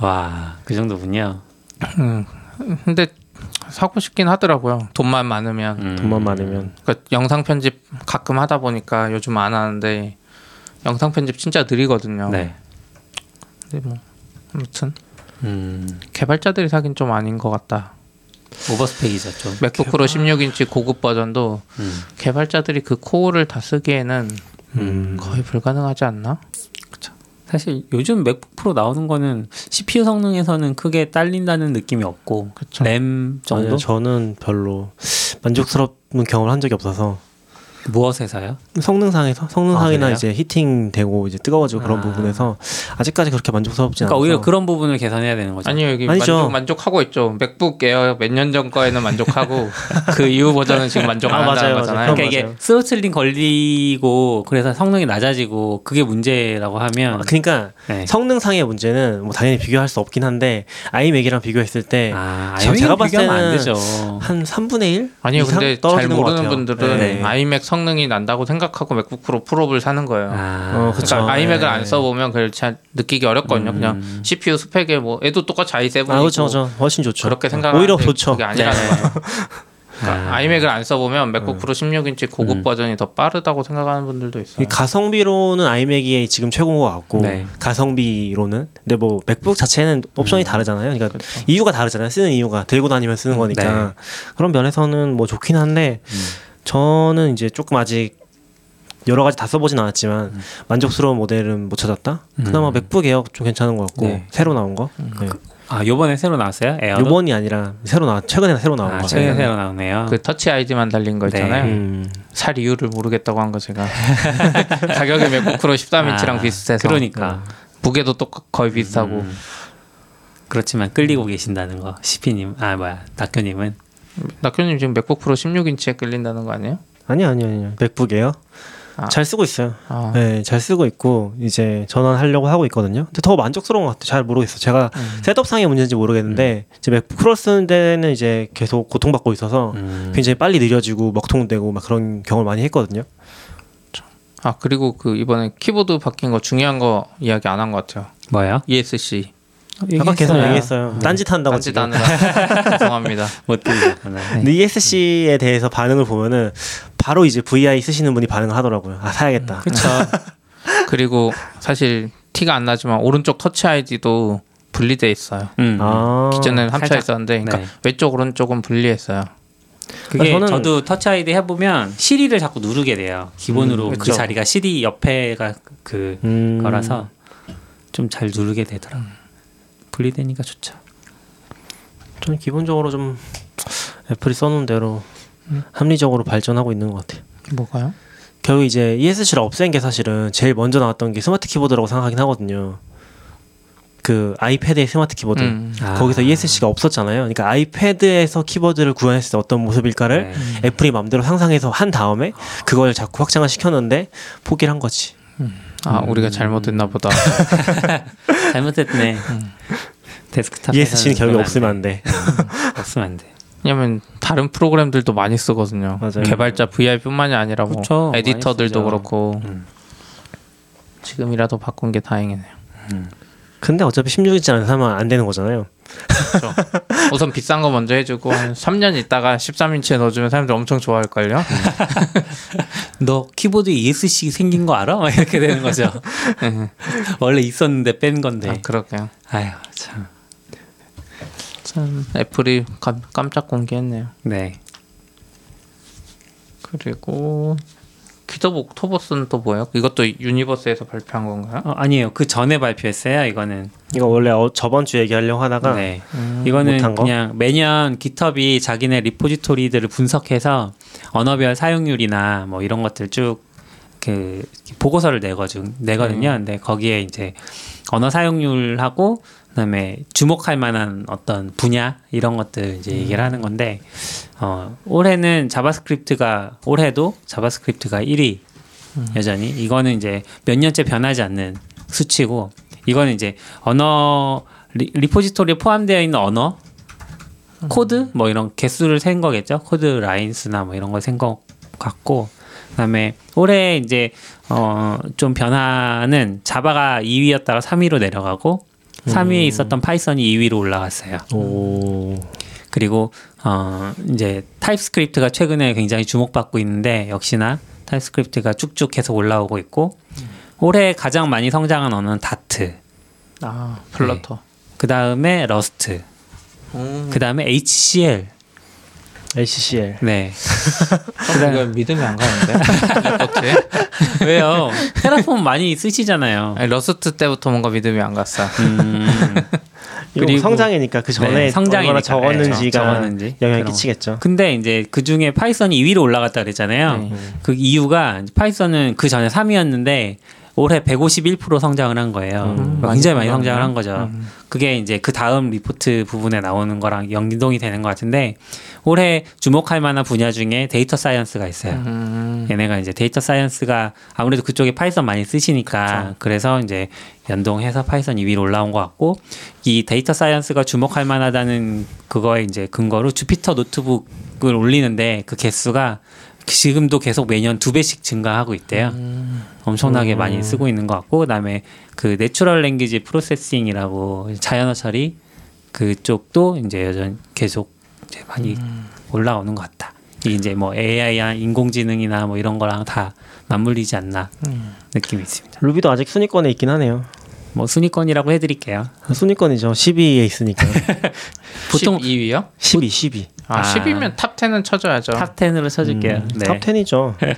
[SPEAKER 2] 와, 그 정도군요.
[SPEAKER 3] 근데 사고 싶긴 하더라고요. 돈만 많으면.
[SPEAKER 2] 음.
[SPEAKER 4] 돈만 많으면
[SPEAKER 3] 그러니까 영상 편집 가끔 하다 보니까 요즘 안 하는데 어. 영상 편집 진짜 느리거든요.
[SPEAKER 2] 네.
[SPEAKER 3] 근데 뭐 아무튼
[SPEAKER 2] 음,
[SPEAKER 3] 개발자들이 사긴 좀 아닌 것 같다.
[SPEAKER 2] 오버스펙이죠 좀.
[SPEAKER 3] 맥북 프로 16인치 고급 버전도
[SPEAKER 2] 음.
[SPEAKER 3] 개발자들이 그 코어를 다 쓰기에는
[SPEAKER 4] 음.
[SPEAKER 3] 거의 불가능하지 않나?
[SPEAKER 2] 사실 요즘 맥북 프로 나오는 거는 CPU 성능에서는 크게 딸린다는 느낌이 없고
[SPEAKER 3] 그쵸.
[SPEAKER 2] 램 정도
[SPEAKER 4] 아니요, 저는 별로 만족스러운 경험을 한 적이 없어서
[SPEAKER 2] 무엇에서요?
[SPEAKER 4] 성능상에서
[SPEAKER 2] 아,
[SPEAKER 4] 성능상이나
[SPEAKER 2] 그래요?
[SPEAKER 4] 이제 히팅되고 이제 뜨거워지고 그런
[SPEAKER 2] 아.
[SPEAKER 4] 부분에서 아직까지 그렇게 만족스럽지
[SPEAKER 2] 그러니까
[SPEAKER 4] 않아서
[SPEAKER 2] 오히려 그런 부분을 개선해야 되는 거죠.
[SPEAKER 3] 아니요 여기
[SPEAKER 4] 아니죠.
[SPEAKER 3] 만족, 하고 있죠. 맥북 에어 몇 년 전 거에는 만족하고 그 이후 버전은 지금 만족 안
[SPEAKER 4] 아,
[SPEAKER 3] 한다는
[SPEAKER 4] 맞아요,
[SPEAKER 3] 거잖아요.
[SPEAKER 4] 맞아요.
[SPEAKER 2] 그러니까 이게
[SPEAKER 4] 맞아요.
[SPEAKER 2] 스로틀링 걸리고 그래서 성능이 낮아지고 그게 문제라고 하면
[SPEAKER 4] 아, 그러니까
[SPEAKER 2] 네.
[SPEAKER 4] 성능상의 문제는 뭐 당연히 비교할 수 없긴 한데 아이맥이랑 비교했을 때 한
[SPEAKER 2] 아,
[SPEAKER 4] 저-
[SPEAKER 2] 아이맥이
[SPEAKER 4] 제가 봤을
[SPEAKER 2] 비교하면 안
[SPEAKER 4] 때는
[SPEAKER 2] 되죠.
[SPEAKER 4] 3분의 1?
[SPEAKER 3] 아니요
[SPEAKER 4] 이상
[SPEAKER 3] 근데 잘
[SPEAKER 4] 떨어지는 것
[SPEAKER 3] 모르는
[SPEAKER 4] 같아요.
[SPEAKER 3] 분들은
[SPEAKER 4] 네.
[SPEAKER 3] 아이맥 성능이 난다고 생각하고 맥북 프로 풀업을 사는 거예요.
[SPEAKER 2] 아,
[SPEAKER 4] 어, 그쵸.
[SPEAKER 3] 그러니까 아이맥을
[SPEAKER 4] 네. 음.
[SPEAKER 3] 안 써보면 그걸 잘 느끼기 어렵거든요. 그냥 CPU 스펙에 뭐 얘도 똑같이 i7이고
[SPEAKER 4] 아 그렇죠, 그렇죠. 훨씬 좋죠.
[SPEAKER 3] 그렇게 생각
[SPEAKER 4] 오히려 좋죠.
[SPEAKER 3] 그게 아니라는
[SPEAKER 4] 네.
[SPEAKER 3] 거예요. 그러니까 아. 이맥을안 써보면 맥북 프로 16인치 고급
[SPEAKER 2] 음.
[SPEAKER 3] 버전이 더 빠르다고 생각하는 분들도
[SPEAKER 4] 이
[SPEAKER 3] 있어요.
[SPEAKER 4] 가성비로는 아이맥이 지금 최고인 것 같고
[SPEAKER 2] 네.
[SPEAKER 4] 가성비로는 근데 뭐 맥북 자체는
[SPEAKER 2] 음.
[SPEAKER 4] 옵션이 다르잖아요. 그러니까
[SPEAKER 2] 그렇죠.
[SPEAKER 4] 이유가 다르잖아요. 쓰는 이유가 들고 다니면 쓰는
[SPEAKER 2] 네.
[SPEAKER 4] 거니까 그런 면에서는 뭐 좋긴 한데
[SPEAKER 2] 음.
[SPEAKER 4] 저는 이제 조금 아직 여러 가지 다 써보진 않았지만
[SPEAKER 2] 음.
[SPEAKER 4] 만족스러운 모델은 못 찾았다. 그나마 맥북 에어 좀 괜찮은 것 같고
[SPEAKER 2] 네.
[SPEAKER 4] 새로 나온 거. 네.
[SPEAKER 2] 아 요번에 새로 나왔어요? 에어도?
[SPEAKER 4] 요번이 아니라 새로 나 최근에 새로 나온
[SPEAKER 2] 아,
[SPEAKER 4] 거.
[SPEAKER 2] 최근에
[SPEAKER 4] 네.
[SPEAKER 2] 새로 나오네요.
[SPEAKER 3] 그 터치 아이디만 달린 거
[SPEAKER 2] 네.
[SPEAKER 3] 있잖아요.
[SPEAKER 4] 음.
[SPEAKER 3] 살 이유를 모르겠다고 한 거 제가 가격이 맥북 프로 13인치랑
[SPEAKER 2] 아,
[SPEAKER 3] 비슷해서 네.
[SPEAKER 2] 그러니까
[SPEAKER 3] 무게도 똑같 거의 비슷하고
[SPEAKER 4] 음.
[SPEAKER 2] 그렇지만 끌리고 계신다는 거 시피님 아 뭐야 다큐님은
[SPEAKER 3] 낙현님 지금 맥북 프로 16인치에 끌린다는 거 아니에요?
[SPEAKER 4] 아니 아니 아니요. 맥북 에어
[SPEAKER 3] 아.
[SPEAKER 4] 잘 쓰고 있어요.
[SPEAKER 3] 아,
[SPEAKER 4] 네, 잘 쓰고 있고 이제 전환하려고 하고 있거든요. 근데 더 만족스러운 것 같아요. 잘 모르겠어요. 제가
[SPEAKER 2] 음.
[SPEAKER 4] 셋업상의 문제인지 모르겠는데 이제 맥북 프로 쓰는 데는 이제 계속 고통받고 있어서 굉장히 빨리 느려지고 먹통되고 막 그런 경험을 많이 했거든요.
[SPEAKER 3] 아 그리고 그 이번에 키보드 바뀐 거 중요한 거 이야기 안 한 것 같아요. E
[SPEAKER 2] 뭐요?
[SPEAKER 3] ESC
[SPEAKER 4] 아까
[SPEAKER 2] 얘기했어요.
[SPEAKER 4] 계속
[SPEAKER 2] 음.
[SPEAKER 4] 얘기했어요. 딴짓 한다고
[SPEAKER 3] 단지
[SPEAKER 4] 지금. 네.
[SPEAKER 3] 단으로 죄송합니다.
[SPEAKER 2] 못 들으셨구나. 네.
[SPEAKER 4] 근데 ESC에 대해서 반응을 보면은 바로 이제 VI 쓰시는 분이 반응을 하더라고요. 아 사야겠다.
[SPEAKER 3] 그렇죠. 그리고 사실 티가 안 나지만 오른쪽 터치 아이디도 분리돼 있어요.
[SPEAKER 2] 음.
[SPEAKER 4] 아,
[SPEAKER 3] 기존에는 합쳐
[SPEAKER 2] 살짝.
[SPEAKER 3] 있었는데 그러니까
[SPEAKER 2] 네.
[SPEAKER 3] 왼쪽 오른쪽은 분리했어요.
[SPEAKER 2] 그게
[SPEAKER 4] 저는-
[SPEAKER 2] 저도 터치 아이디 해보면 시리를 자꾸 누르게 돼요. 기본으로
[SPEAKER 3] 음,
[SPEAKER 2] 그
[SPEAKER 3] 그쵸.
[SPEAKER 2] 자리가 시리 옆에가 그
[SPEAKER 4] 음.
[SPEAKER 2] 거라서 좀 잘 누르게 되더라. 고 분리되니까 좋죠.
[SPEAKER 4] 저는 기본적으로 좀 애플이 써놓은 대로 합리적으로 발전하고 있는 것 같아요.
[SPEAKER 3] 뭐가요?
[SPEAKER 4] 결국 이제 ESC를 없앤 게 사실은 제일 먼저 나왔던 게 스마트 키보드라고 생각하긴 하거든요. 그 아이패드의 스마트 키보드.
[SPEAKER 3] 음.
[SPEAKER 2] 아.
[SPEAKER 4] 거기서 ESC가 없었잖아요. 그러니까 아이패드에서 키보드를 구현했을 때 어떤 모습일까를
[SPEAKER 2] 네.
[SPEAKER 4] 애플이 마음대로 상상해서 한 다음에 그걸 자꾸 확장을 시켰는데 포기를 한 거지.
[SPEAKER 3] 아 우리가 잘못했나 보다.
[SPEAKER 2] 잘못했네. 데스크탑
[SPEAKER 4] ESC는 E 결국
[SPEAKER 2] 에
[SPEAKER 4] 없으면 안 돼.
[SPEAKER 2] 없으면 안 돼.
[SPEAKER 3] 왜냐면 다른 프로그램들도 많이 쓰거든요.
[SPEAKER 4] 맞아요.
[SPEAKER 3] 개발자 VI뿐만이 아니라 뭐
[SPEAKER 2] 그쵸, 많이
[SPEAKER 3] 에디터들도
[SPEAKER 2] 쓰죠.
[SPEAKER 3] 그렇고
[SPEAKER 2] 음.
[SPEAKER 3] 지금이라도 바꾼 게 다행이네요.
[SPEAKER 4] 근데 어차피 16인치 안 사면 안 되는 거잖아요.
[SPEAKER 3] 우선 비싼 거 먼저 해주고 한 3년 있다가 13인치에 넣어주면 사람들 엄청 좋아할걸요.
[SPEAKER 2] 너 키보드 ESC 생긴 거 알아? 막 이렇게 되는 거죠. 네. 원래 있었는데 뺀 건데.
[SPEAKER 3] 아, 그렇게요.
[SPEAKER 2] 아유 참.
[SPEAKER 3] 참 애플이 깜- 깜짝 공개했네요.
[SPEAKER 2] 네.
[SPEAKER 3] 그리고 기덥 옥토버스는 또 뭐예요? 이것도 유니버스에서 발표한 건가요?
[SPEAKER 2] 어, 아니에요. 그 전에 발표했어요. 이거는.
[SPEAKER 4] 이거 원래 어- 저번 주 얘기하려고 하다가
[SPEAKER 2] 네. 이거는
[SPEAKER 4] 아, 음. 못한 거?
[SPEAKER 2] 그냥 매년 깃허비 자기네 리포지토리들을 분석해서 언어별 사용률이나 뭐 이런 것들 쭉그 보고서를 내거든 내거든요.
[SPEAKER 4] 음.
[SPEAKER 2] 근데 거기에 이제 언어 사용률하고 그다음에 주목할 만한 어떤 분야 이런 것들
[SPEAKER 4] 음.
[SPEAKER 2] 이제 얘기를 하는 건데 어, 올해는 자바스크립트가 올해도 자바스크립트가 1위
[SPEAKER 4] 음.
[SPEAKER 2] 여전히 이거는 이제 몇 년째 변하지 않는 수치고 이거는 이제 언어 리, 리포지토리에 포함되어 있는 언어 코드 뭐 이런 개수를 센 거겠죠 코드 라인스나 뭐 이런 걸 센 것 같고 그다음에 올해 이제 어, 좀 변화는 자바가 2위였다가 3위로 내려가고 3위에 있었던 파이썬이 2위로 올라갔어요.
[SPEAKER 4] 오
[SPEAKER 2] 그리고 어 이제 타입스크립트가 최근에 굉장히 주목받고 있는데 역시나 타입스크립트가 쭉쭉 계속 올라오고 있고 올해 가장 많이 성장한 언어는 다트.
[SPEAKER 3] 아 플러터.
[SPEAKER 2] 그 다음에 러스트,
[SPEAKER 3] 음,
[SPEAKER 2] 그 다음에 HCL.
[SPEAKER 4] HCL.
[SPEAKER 2] 네.
[SPEAKER 3] 그다음 이건 믿음이 안 가는데. 리포트.
[SPEAKER 2] 왜요? 테라폼 많이 쓰시잖아요.
[SPEAKER 3] 아니, 러스트 때부터 뭔가 믿음이 안 갔어.
[SPEAKER 2] 음,
[SPEAKER 4] 그리고
[SPEAKER 2] 그리고-
[SPEAKER 4] 성장이니까 그 전에
[SPEAKER 2] 네, 성장이니까.
[SPEAKER 4] 얼마나
[SPEAKER 2] 네,
[SPEAKER 4] 적었는지가
[SPEAKER 2] 저- 적었는지.
[SPEAKER 4] 영향
[SPEAKER 2] 그런 거.
[SPEAKER 4] 끼치겠죠.
[SPEAKER 2] 근데 이제 그 중에 파이썬이 2위로 올라갔다 그랬잖아요.
[SPEAKER 4] 네.
[SPEAKER 2] 그 이유가 파이썬은 그 전에 3위였는데 올해 151% 성장을 한 거예요. 그러니까
[SPEAKER 4] 음,
[SPEAKER 2] 굉장히 많이
[SPEAKER 3] 많이
[SPEAKER 2] 성장을
[SPEAKER 3] 성장하네.
[SPEAKER 2] 한 거죠. 그게 이제 그 다음 리포트 부분에 나오는 거랑 연동이 되는 것 같은데 올해 주목할 만한 분야 중에 데이터 사이언스가 있어요.
[SPEAKER 3] 음,
[SPEAKER 2] 얘네가 이제 데이터 사이언스가 아무래도 그쪽에 파이썬 많이 쓰시니까 그래서 이제 연동해서 파이썬 2위로 올라온 것 같고 이 데이터 사이언스가 주목할 만하다는 그거에 이제 근거로 주피터 노트북을 올리는데 그 개수가 지금도 계속 매년 두 배씩 증가하고 있대요. 음. 엄청나게 많이 쓰고 있는 것 같고 그다음에 그 내추럴 랭귀지 프로세싱이라고 자연어 처리 그쪽도 이제 여전 계속 이제 많이 올라오는 것 같다. 이게 이제 뭐 AI나 인공지능이나 뭐 이런 거랑 다 맞물리지 않나
[SPEAKER 4] 음.
[SPEAKER 2] 느낌이 있습니다.
[SPEAKER 4] 루비도 아직 순위권에 있긴 하네요.
[SPEAKER 2] 뭐 순위권이라고 해드릴게요.
[SPEAKER 4] 순위권이죠. 10위에 있으니까.
[SPEAKER 2] 보통
[SPEAKER 3] 12위요?
[SPEAKER 4] 10위, 10위.
[SPEAKER 3] 아,
[SPEAKER 2] 아.
[SPEAKER 3] 10위면 탑 10은 쳐줘야죠.
[SPEAKER 2] 탑 10으로 쳐줄게요.
[SPEAKER 4] 음,
[SPEAKER 2] 네.
[SPEAKER 4] 탑 10이죠. 근데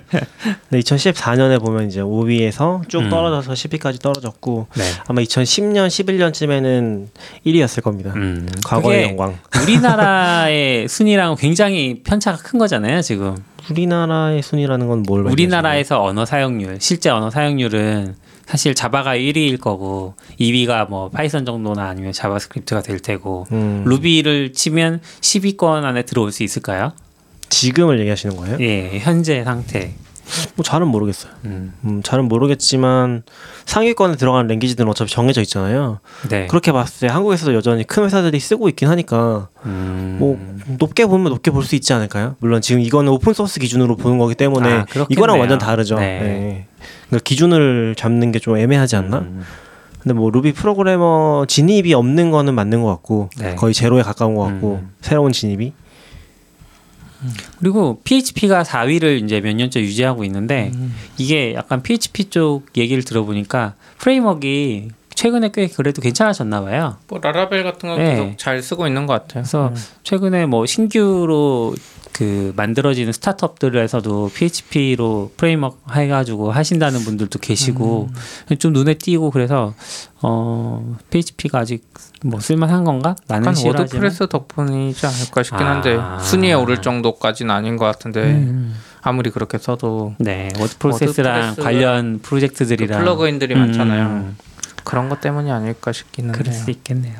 [SPEAKER 4] 2014년에 보면 이제 5위에서 쭉
[SPEAKER 2] 음.
[SPEAKER 4] 떨어져서 10위까지 떨어졌고
[SPEAKER 2] 네.
[SPEAKER 4] 아마 2010년, 11년쯤에는 1위였을 겁니다.
[SPEAKER 2] 음,
[SPEAKER 4] 과거의
[SPEAKER 2] 그게
[SPEAKER 4] 영광.
[SPEAKER 2] 우리나라의 순위랑 굉장히 편차가 큰 거잖아요. 지금
[SPEAKER 4] 우리나라의 순위라는 건 뭘?
[SPEAKER 2] 우리나라에서 언어 사용률, 실제 언어 사용률은 사실 자바가 1위일 거고 2위가 뭐 파이썬 정도나 아니면 자바스크립트가 될 테고
[SPEAKER 4] 말씀하시는 거예요? 음,
[SPEAKER 2] 루비를 치면 10위권 안에 들어올 수 있을까요?
[SPEAKER 4] 지금을 얘기하시는 거예요?
[SPEAKER 2] 예, 현재 상태.
[SPEAKER 4] 뭐 잘은 모르겠어요.
[SPEAKER 2] 음,
[SPEAKER 4] 음, 잘은 모르겠지만 상위권에 들어가는 랭귀지들은 어차피 정해져 있잖아요.
[SPEAKER 2] 네.
[SPEAKER 4] 그렇게 봤을 때 한국에서도 여전히 큰 회사들이 쓰고 있긴 하니까
[SPEAKER 2] 음,
[SPEAKER 4] 뭐 높게 보면 높게 볼 수 있지 않을까요? 물론 지금 이거는 오픈 소스 기준으로 보는 거기 때문에
[SPEAKER 2] 아, 그렇겠네요.
[SPEAKER 4] 이거랑 완전 다르죠.
[SPEAKER 2] 네.
[SPEAKER 4] 네. 그러니까 기준을 잡는 게 좀 애매하지 않나?
[SPEAKER 2] 음,
[SPEAKER 4] 근데 뭐 루비 프로그래머 진입이 없는 거는 맞는 것 같고
[SPEAKER 2] 네.
[SPEAKER 4] 거의 제로에 가까운 것 같고
[SPEAKER 2] 음.
[SPEAKER 4] 새로운 진입이
[SPEAKER 2] 그리고 PHP가 4위를 이제 몇 년째 유지하고 있는데
[SPEAKER 3] 음.
[SPEAKER 2] 이게 약간 PHP 쪽 얘기를 들어보니까 프레임워크가 최근에 꽤 그래도 괜찮아졌나 봐요.
[SPEAKER 3] 뭐 라라벨 같은 건
[SPEAKER 2] 네.
[SPEAKER 3] 계속 잘 쓰고 있는 것 같아요.
[SPEAKER 2] 그래서 최근에 뭐 신규로 그 만들어지는 스타트업들에서도 PHP로 프레임워크 해가지고 하신다는 분들도 계시고
[SPEAKER 3] 음.
[SPEAKER 2] 좀 눈에 띄고 그래서 어 PHP가 아직 뭐 쓸만한 건가? 나는
[SPEAKER 3] 약간
[SPEAKER 2] 싫어하지만
[SPEAKER 3] 워드프레스 덕분이지 않을까 싶긴 한데
[SPEAKER 2] 아. 음,
[SPEAKER 3] 순위에 오를 정도까지는 아닌 것 같은데 아무리 그렇게 써도
[SPEAKER 2] 네 워드프로세스랑
[SPEAKER 3] 워드프레스가
[SPEAKER 2] 관련
[SPEAKER 3] 그
[SPEAKER 2] 프로젝트들이랑
[SPEAKER 3] 플러그인들이
[SPEAKER 2] 음,
[SPEAKER 3] 많잖아요. 그런 것 때문이 아닐까 싶기는
[SPEAKER 2] 그럴
[SPEAKER 3] 해요.
[SPEAKER 2] 수 있겠네요.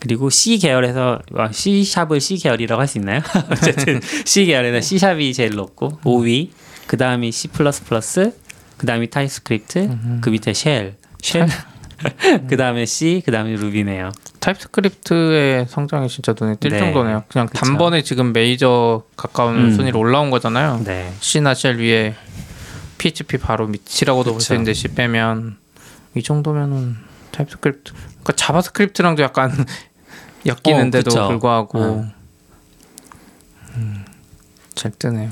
[SPEAKER 2] 그리고 C 계열에서 와, C 샵을 C 계열이라고 할 수 있나요? 어쨌든 C 계열에는 C 샵이 제일
[SPEAKER 4] 음.
[SPEAKER 2] 높고 5위, 그 다음이 C 그 다음이 타입스크립트, 그 밑에 쉘, 쉘, 그 다음에 C, 그 다음에 루비네요.
[SPEAKER 3] 타입스크립트의 성장이 진짜 눈에 띌
[SPEAKER 2] 네.
[SPEAKER 3] 정도네요. 그냥
[SPEAKER 2] 그쵸.
[SPEAKER 3] 단번에 지금 메이저 가까운
[SPEAKER 2] 음.
[SPEAKER 3] 순위로 올라온 거잖아요.
[SPEAKER 4] 어.
[SPEAKER 2] 네,
[SPEAKER 3] C나 쉘 위에 PHP 바로 밑이라고도 볼 수
[SPEAKER 2] 그쵸.
[SPEAKER 3] 있는데 C 빼면 이 정도면은 타입스크립트 그러니까 자바스크립트랑도 약간
[SPEAKER 2] 어,
[SPEAKER 3] 엮이는데도
[SPEAKER 2] 그쵸.
[SPEAKER 3] 불구하고
[SPEAKER 2] 어.
[SPEAKER 3] 음, 잘 뜨네요.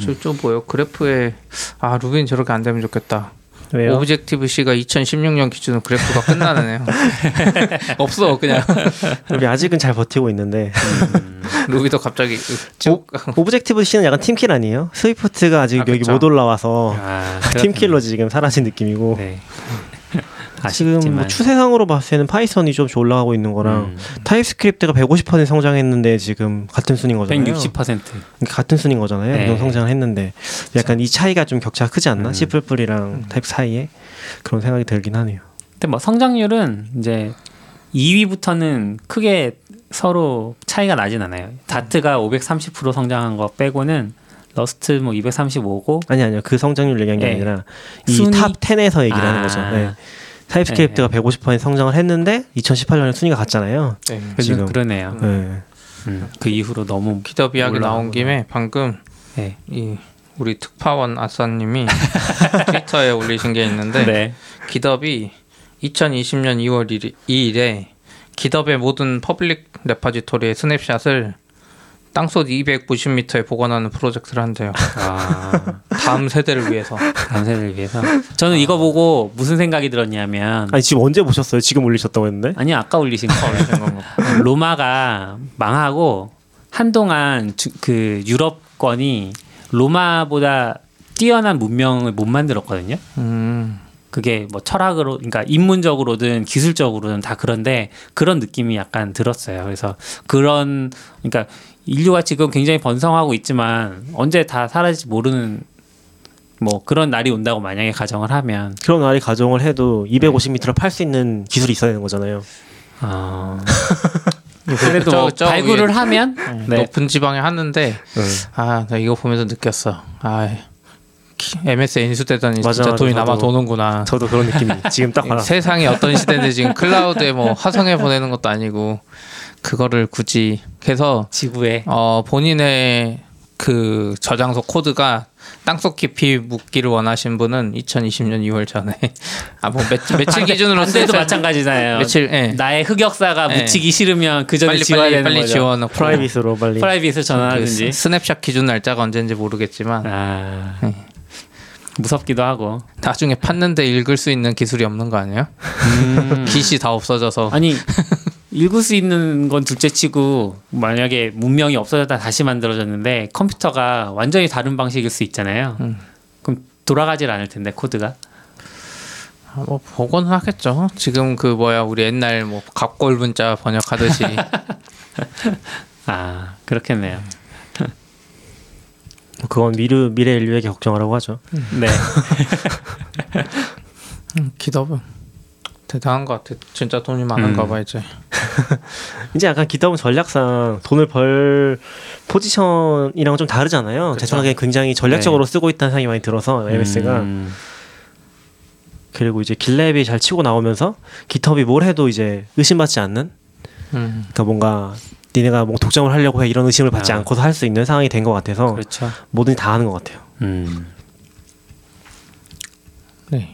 [SPEAKER 2] 음.
[SPEAKER 3] 저저 뭐요? 그래프에 아 루빈 저렇게 안 되면 좋겠다.
[SPEAKER 4] 왜요?
[SPEAKER 3] 오브젝티브 C가 2016년 기준으로 그래프가 끝나네요. 없어 그냥
[SPEAKER 4] 우리 아직은 잘 버티고 있는데
[SPEAKER 3] 루비도 갑자기 쭉
[SPEAKER 4] 오브젝티브 C는 약간 팀킬 아니에요? 스위프트가 아직
[SPEAKER 3] 아,
[SPEAKER 4] 여기
[SPEAKER 3] 그쵸.
[SPEAKER 4] 못 올라와서
[SPEAKER 2] 아,
[SPEAKER 4] 어. 팀킬로 지금 사라진 느낌이고
[SPEAKER 2] 네.
[SPEAKER 4] 지금
[SPEAKER 2] 아쉽지만
[SPEAKER 4] 뭐 추세상으로 봤을 때는 파이썬이 좀 올라가고 있는 거랑
[SPEAKER 2] 음,
[SPEAKER 4] 타입스크립트가 150% 성장했는데 지금 같은 순인 거잖아요.
[SPEAKER 2] 160%
[SPEAKER 4] 그러니까 같은 순인 거잖아요.
[SPEAKER 2] 네. 음.
[SPEAKER 4] 이 정도 성장을 했는데 약간 이 차이가 좀 격차가 크지 않나? C++이랑 타입 사이에 그런 생각이 들긴 하네요.
[SPEAKER 2] 근데 뭐 성장률은 이제 2위부터는 크게 서로 차이가 나진 않아요. 다트가 530% 성장한 거 빼고는 러스트 뭐 235고
[SPEAKER 4] 아니 아니요. 그 성장률 얘기한 게
[SPEAKER 2] 네.
[SPEAKER 4] 아니라
[SPEAKER 2] 순위?
[SPEAKER 4] 이 탑 10에서 얘기를 하는
[SPEAKER 2] 아. 네.
[SPEAKER 4] 거죠. 네. 타입스크립트가 150% 성장을 했는데 2018년에 순위가 같잖아요. 지금.
[SPEAKER 2] 그러, 네요
[SPEAKER 4] 네.
[SPEAKER 2] 그 이후로 너무
[SPEAKER 3] 기덥 이야기
[SPEAKER 2] 올라오구나.
[SPEAKER 3] 나온 김에 방금
[SPEAKER 2] 네.
[SPEAKER 3] 이 우리 특파원 아싸님이 트위터에 올리신 게 있는데
[SPEAKER 2] 네.
[SPEAKER 3] 기덥이 2020년 2월 1일, 2일에 기덥의 모든 퍼블릭 레파지토리의 스냅샷을 땅속 290m에 복원하는 프로젝트를 한대요.
[SPEAKER 2] 아,
[SPEAKER 3] 다음 세대를 위해서.
[SPEAKER 2] 네. 감세를 위해서. 저는 이거 보고 무슨 생각이 들었냐면
[SPEAKER 4] 아니 지금 언제 보셨어요? 지금 올리셨다고 했는데.
[SPEAKER 2] 아니 아까 올리신 거 어, 로마가 망하고 한동안 주- 그 유럽권이 로마보다 뛰어난 문명을 못 만들었거든요.
[SPEAKER 3] 음.
[SPEAKER 2] 그게 뭐 철학으로 그러니까 인문적으로든 기술적으로든 다 그런데 그런 느낌이 약간 들었어요. 그래서 그런 그러니까 인류가 지금 굉장히 번성하고 있지만 언제 다 사라질지 모르는 뭐 그런 날이 온다고 만약에 가정을 하면
[SPEAKER 4] 그런 아이 가정을 해도 250m를 팔 수 있는 기술이 있어야 되는 거잖아요.
[SPEAKER 2] 어 그래도
[SPEAKER 3] 저-
[SPEAKER 2] 뭐
[SPEAKER 3] 저
[SPEAKER 2] 발굴을
[SPEAKER 3] 위에-
[SPEAKER 2] 하면 네.
[SPEAKER 3] 높은 지방에 하는데 아, 나 이거 보면서 느꼈어. 아, MSN 인수되더니
[SPEAKER 4] 맞아,
[SPEAKER 3] 진짜
[SPEAKER 4] 맞아,
[SPEAKER 3] 돈이
[SPEAKER 4] 저도.
[SPEAKER 3] 남아 도는구나.
[SPEAKER 4] 저도 그런 느낌이 지금 딱
[SPEAKER 2] 네.
[SPEAKER 4] 받았어요.
[SPEAKER 3] 세상이 어떤 시대인데 지금 클라우드에 뭐 화성에 보내는 것도 아니고 그거를 굳이 그래서
[SPEAKER 2] 지구에
[SPEAKER 3] 어, 본인의 그 저장소 코드가 땅속 깊이 묻기를 원하신 분은 2020년 2월 전에 아뭐 며칠
[SPEAKER 2] 네.
[SPEAKER 3] 기준으로
[SPEAKER 2] 반대도
[SPEAKER 3] 쓰여서
[SPEAKER 2] 마찬가지잖아요.
[SPEAKER 3] 며칠 예.
[SPEAKER 2] 나의 흑역사가
[SPEAKER 3] 네.
[SPEAKER 2] 묻히기 싫으면 그 전에
[SPEAKER 3] 빨리
[SPEAKER 2] 지워야
[SPEAKER 3] 빨리
[SPEAKER 2] 되는
[SPEAKER 3] 빨리
[SPEAKER 2] 거죠.
[SPEAKER 3] 지워놓고
[SPEAKER 4] 프라이빗으로 빨리.
[SPEAKER 2] 프라이빗을
[SPEAKER 3] 그
[SPEAKER 2] 전환하든지.
[SPEAKER 3] 스- 스냅샷 기준 날짜가 언제인지 모르겠지만
[SPEAKER 2] 아
[SPEAKER 3] 네.
[SPEAKER 2] 무섭기도 하고.
[SPEAKER 3] 나중에 팠는데 읽을 수 있는 기술이 없는 거 아니에요?
[SPEAKER 2] 음.
[SPEAKER 3] 기시 다 없어져서
[SPEAKER 2] 아니 읽을 수 있는 건 둘째치고 만약에 문명이 없어졌다 다시 만들어졌는데 컴퓨터가 완전히 다른 방식일 수 있잖아요.
[SPEAKER 3] 음.
[SPEAKER 2] 그럼 돌아가질 않을 텐데 코드가.
[SPEAKER 3] 아, 뭐 복원은 하겠죠. 지금 그 뭐야 우리 옛날 뭐 갑골 문자 번역하듯이
[SPEAKER 2] 아 그렇겠네요.
[SPEAKER 4] 그건 미래 미래 인류에게 걱정하라고 하죠.
[SPEAKER 3] 음.
[SPEAKER 2] 네.
[SPEAKER 3] 기도분 대단한 것 같아. 진짜 돈이 많은가
[SPEAKER 2] 음.
[SPEAKER 3] 봐 이제.
[SPEAKER 4] 이제 약간 기타본 전략상 돈을 벌 포지션이랑 좀 다르잖아요. 대통령이 굉장히 전략적으로 쓰고 있다는 생각이 많이 들어서 MS가
[SPEAKER 2] 네. 음,
[SPEAKER 4] 그리고 이제 길랩이 잘 치고 나오면서 기톱이 뭘 해도 이제 의심받지 않는
[SPEAKER 3] 음.
[SPEAKER 4] 그러니까 뭔가 니네가 뭐 독점을 하려고 해 이런 의심을 받지
[SPEAKER 2] 아.
[SPEAKER 4] 않고서 할 수 있는 상황이 된 것 같아서
[SPEAKER 2] 그렇죠.
[SPEAKER 4] 뭐든지 다 하는 것 같아요.
[SPEAKER 2] 음.
[SPEAKER 3] 네.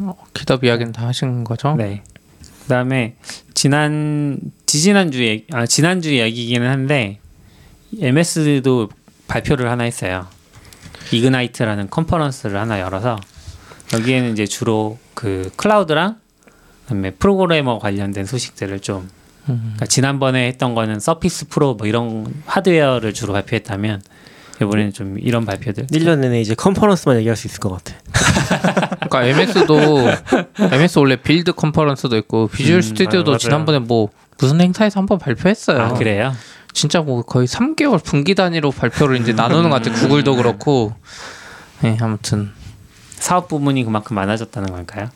[SPEAKER 3] 어, 기답 이야기는 다 하신 거죠?
[SPEAKER 2] 네. 그다음에 지난 지지난주 얘기, 아 지난주 이야기이기는 한데 MS도 발표를 하나 했어요. 이그나이트라는 컨퍼런스를 하나 열어서 여기에는 이제 주로 그 클라우드랑 그다음에 프로그래머 관련된 소식들을 좀 그러니까 지난번에 했던 거는 서피스 프로 뭐 이런 하드웨어를 주로 발표했다면 이번에는 좀 이런 발표들
[SPEAKER 4] 1년 내내 이제 컨퍼런스만 얘기할 수 있을 것 같아.
[SPEAKER 3] 그러니까 MS도 MS 원래 빌드 컨퍼런스도 있고 비주얼
[SPEAKER 4] 음,
[SPEAKER 3] 스튜디오도
[SPEAKER 4] 맞아요.
[SPEAKER 3] 지난번에 뭐 무슨 행사에서 한번 발표했어요.
[SPEAKER 2] 아 그래요?
[SPEAKER 3] 진짜 뭐 거의 3개월 분기 단위로 발표를 이제 나누는 것 같아.
[SPEAKER 4] 음.
[SPEAKER 3] 구글도 그렇고. 네, 아무튼
[SPEAKER 2] 사업 부문이 그만큼 많아졌다는 걸까요?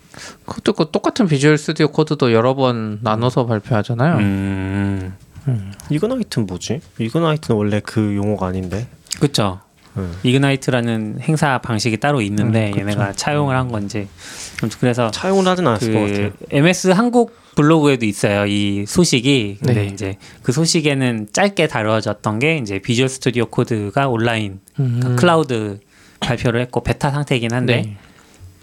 [SPEAKER 3] 그것도 그 똑같은 비주얼 스튜디오 코드도 여러 번 나눠서 발표하잖아요.
[SPEAKER 2] 음.
[SPEAKER 4] 이그나이트는 뭐지? 이그나이트는 원래 그 용어가 아닌데.
[SPEAKER 2] 그렇죠.
[SPEAKER 4] 음.
[SPEAKER 2] 이그나이트라는 행사 방식이 따로 있는데 얘네가 차용을 한 건지 아무튼 그래서
[SPEAKER 4] 차용을 하진 않았을 것 같아요.
[SPEAKER 2] 그 MS 한국 블로그에도 있어요 이 소식이 근데
[SPEAKER 3] 네.
[SPEAKER 2] 이제 그 소식에는 짧게 다뤄졌던 게 이제 비주얼 스튜디오 코드가 온라인
[SPEAKER 3] 음.
[SPEAKER 2] 그 클라우드 발표를 했고 베타 상태이긴 한데
[SPEAKER 3] 네.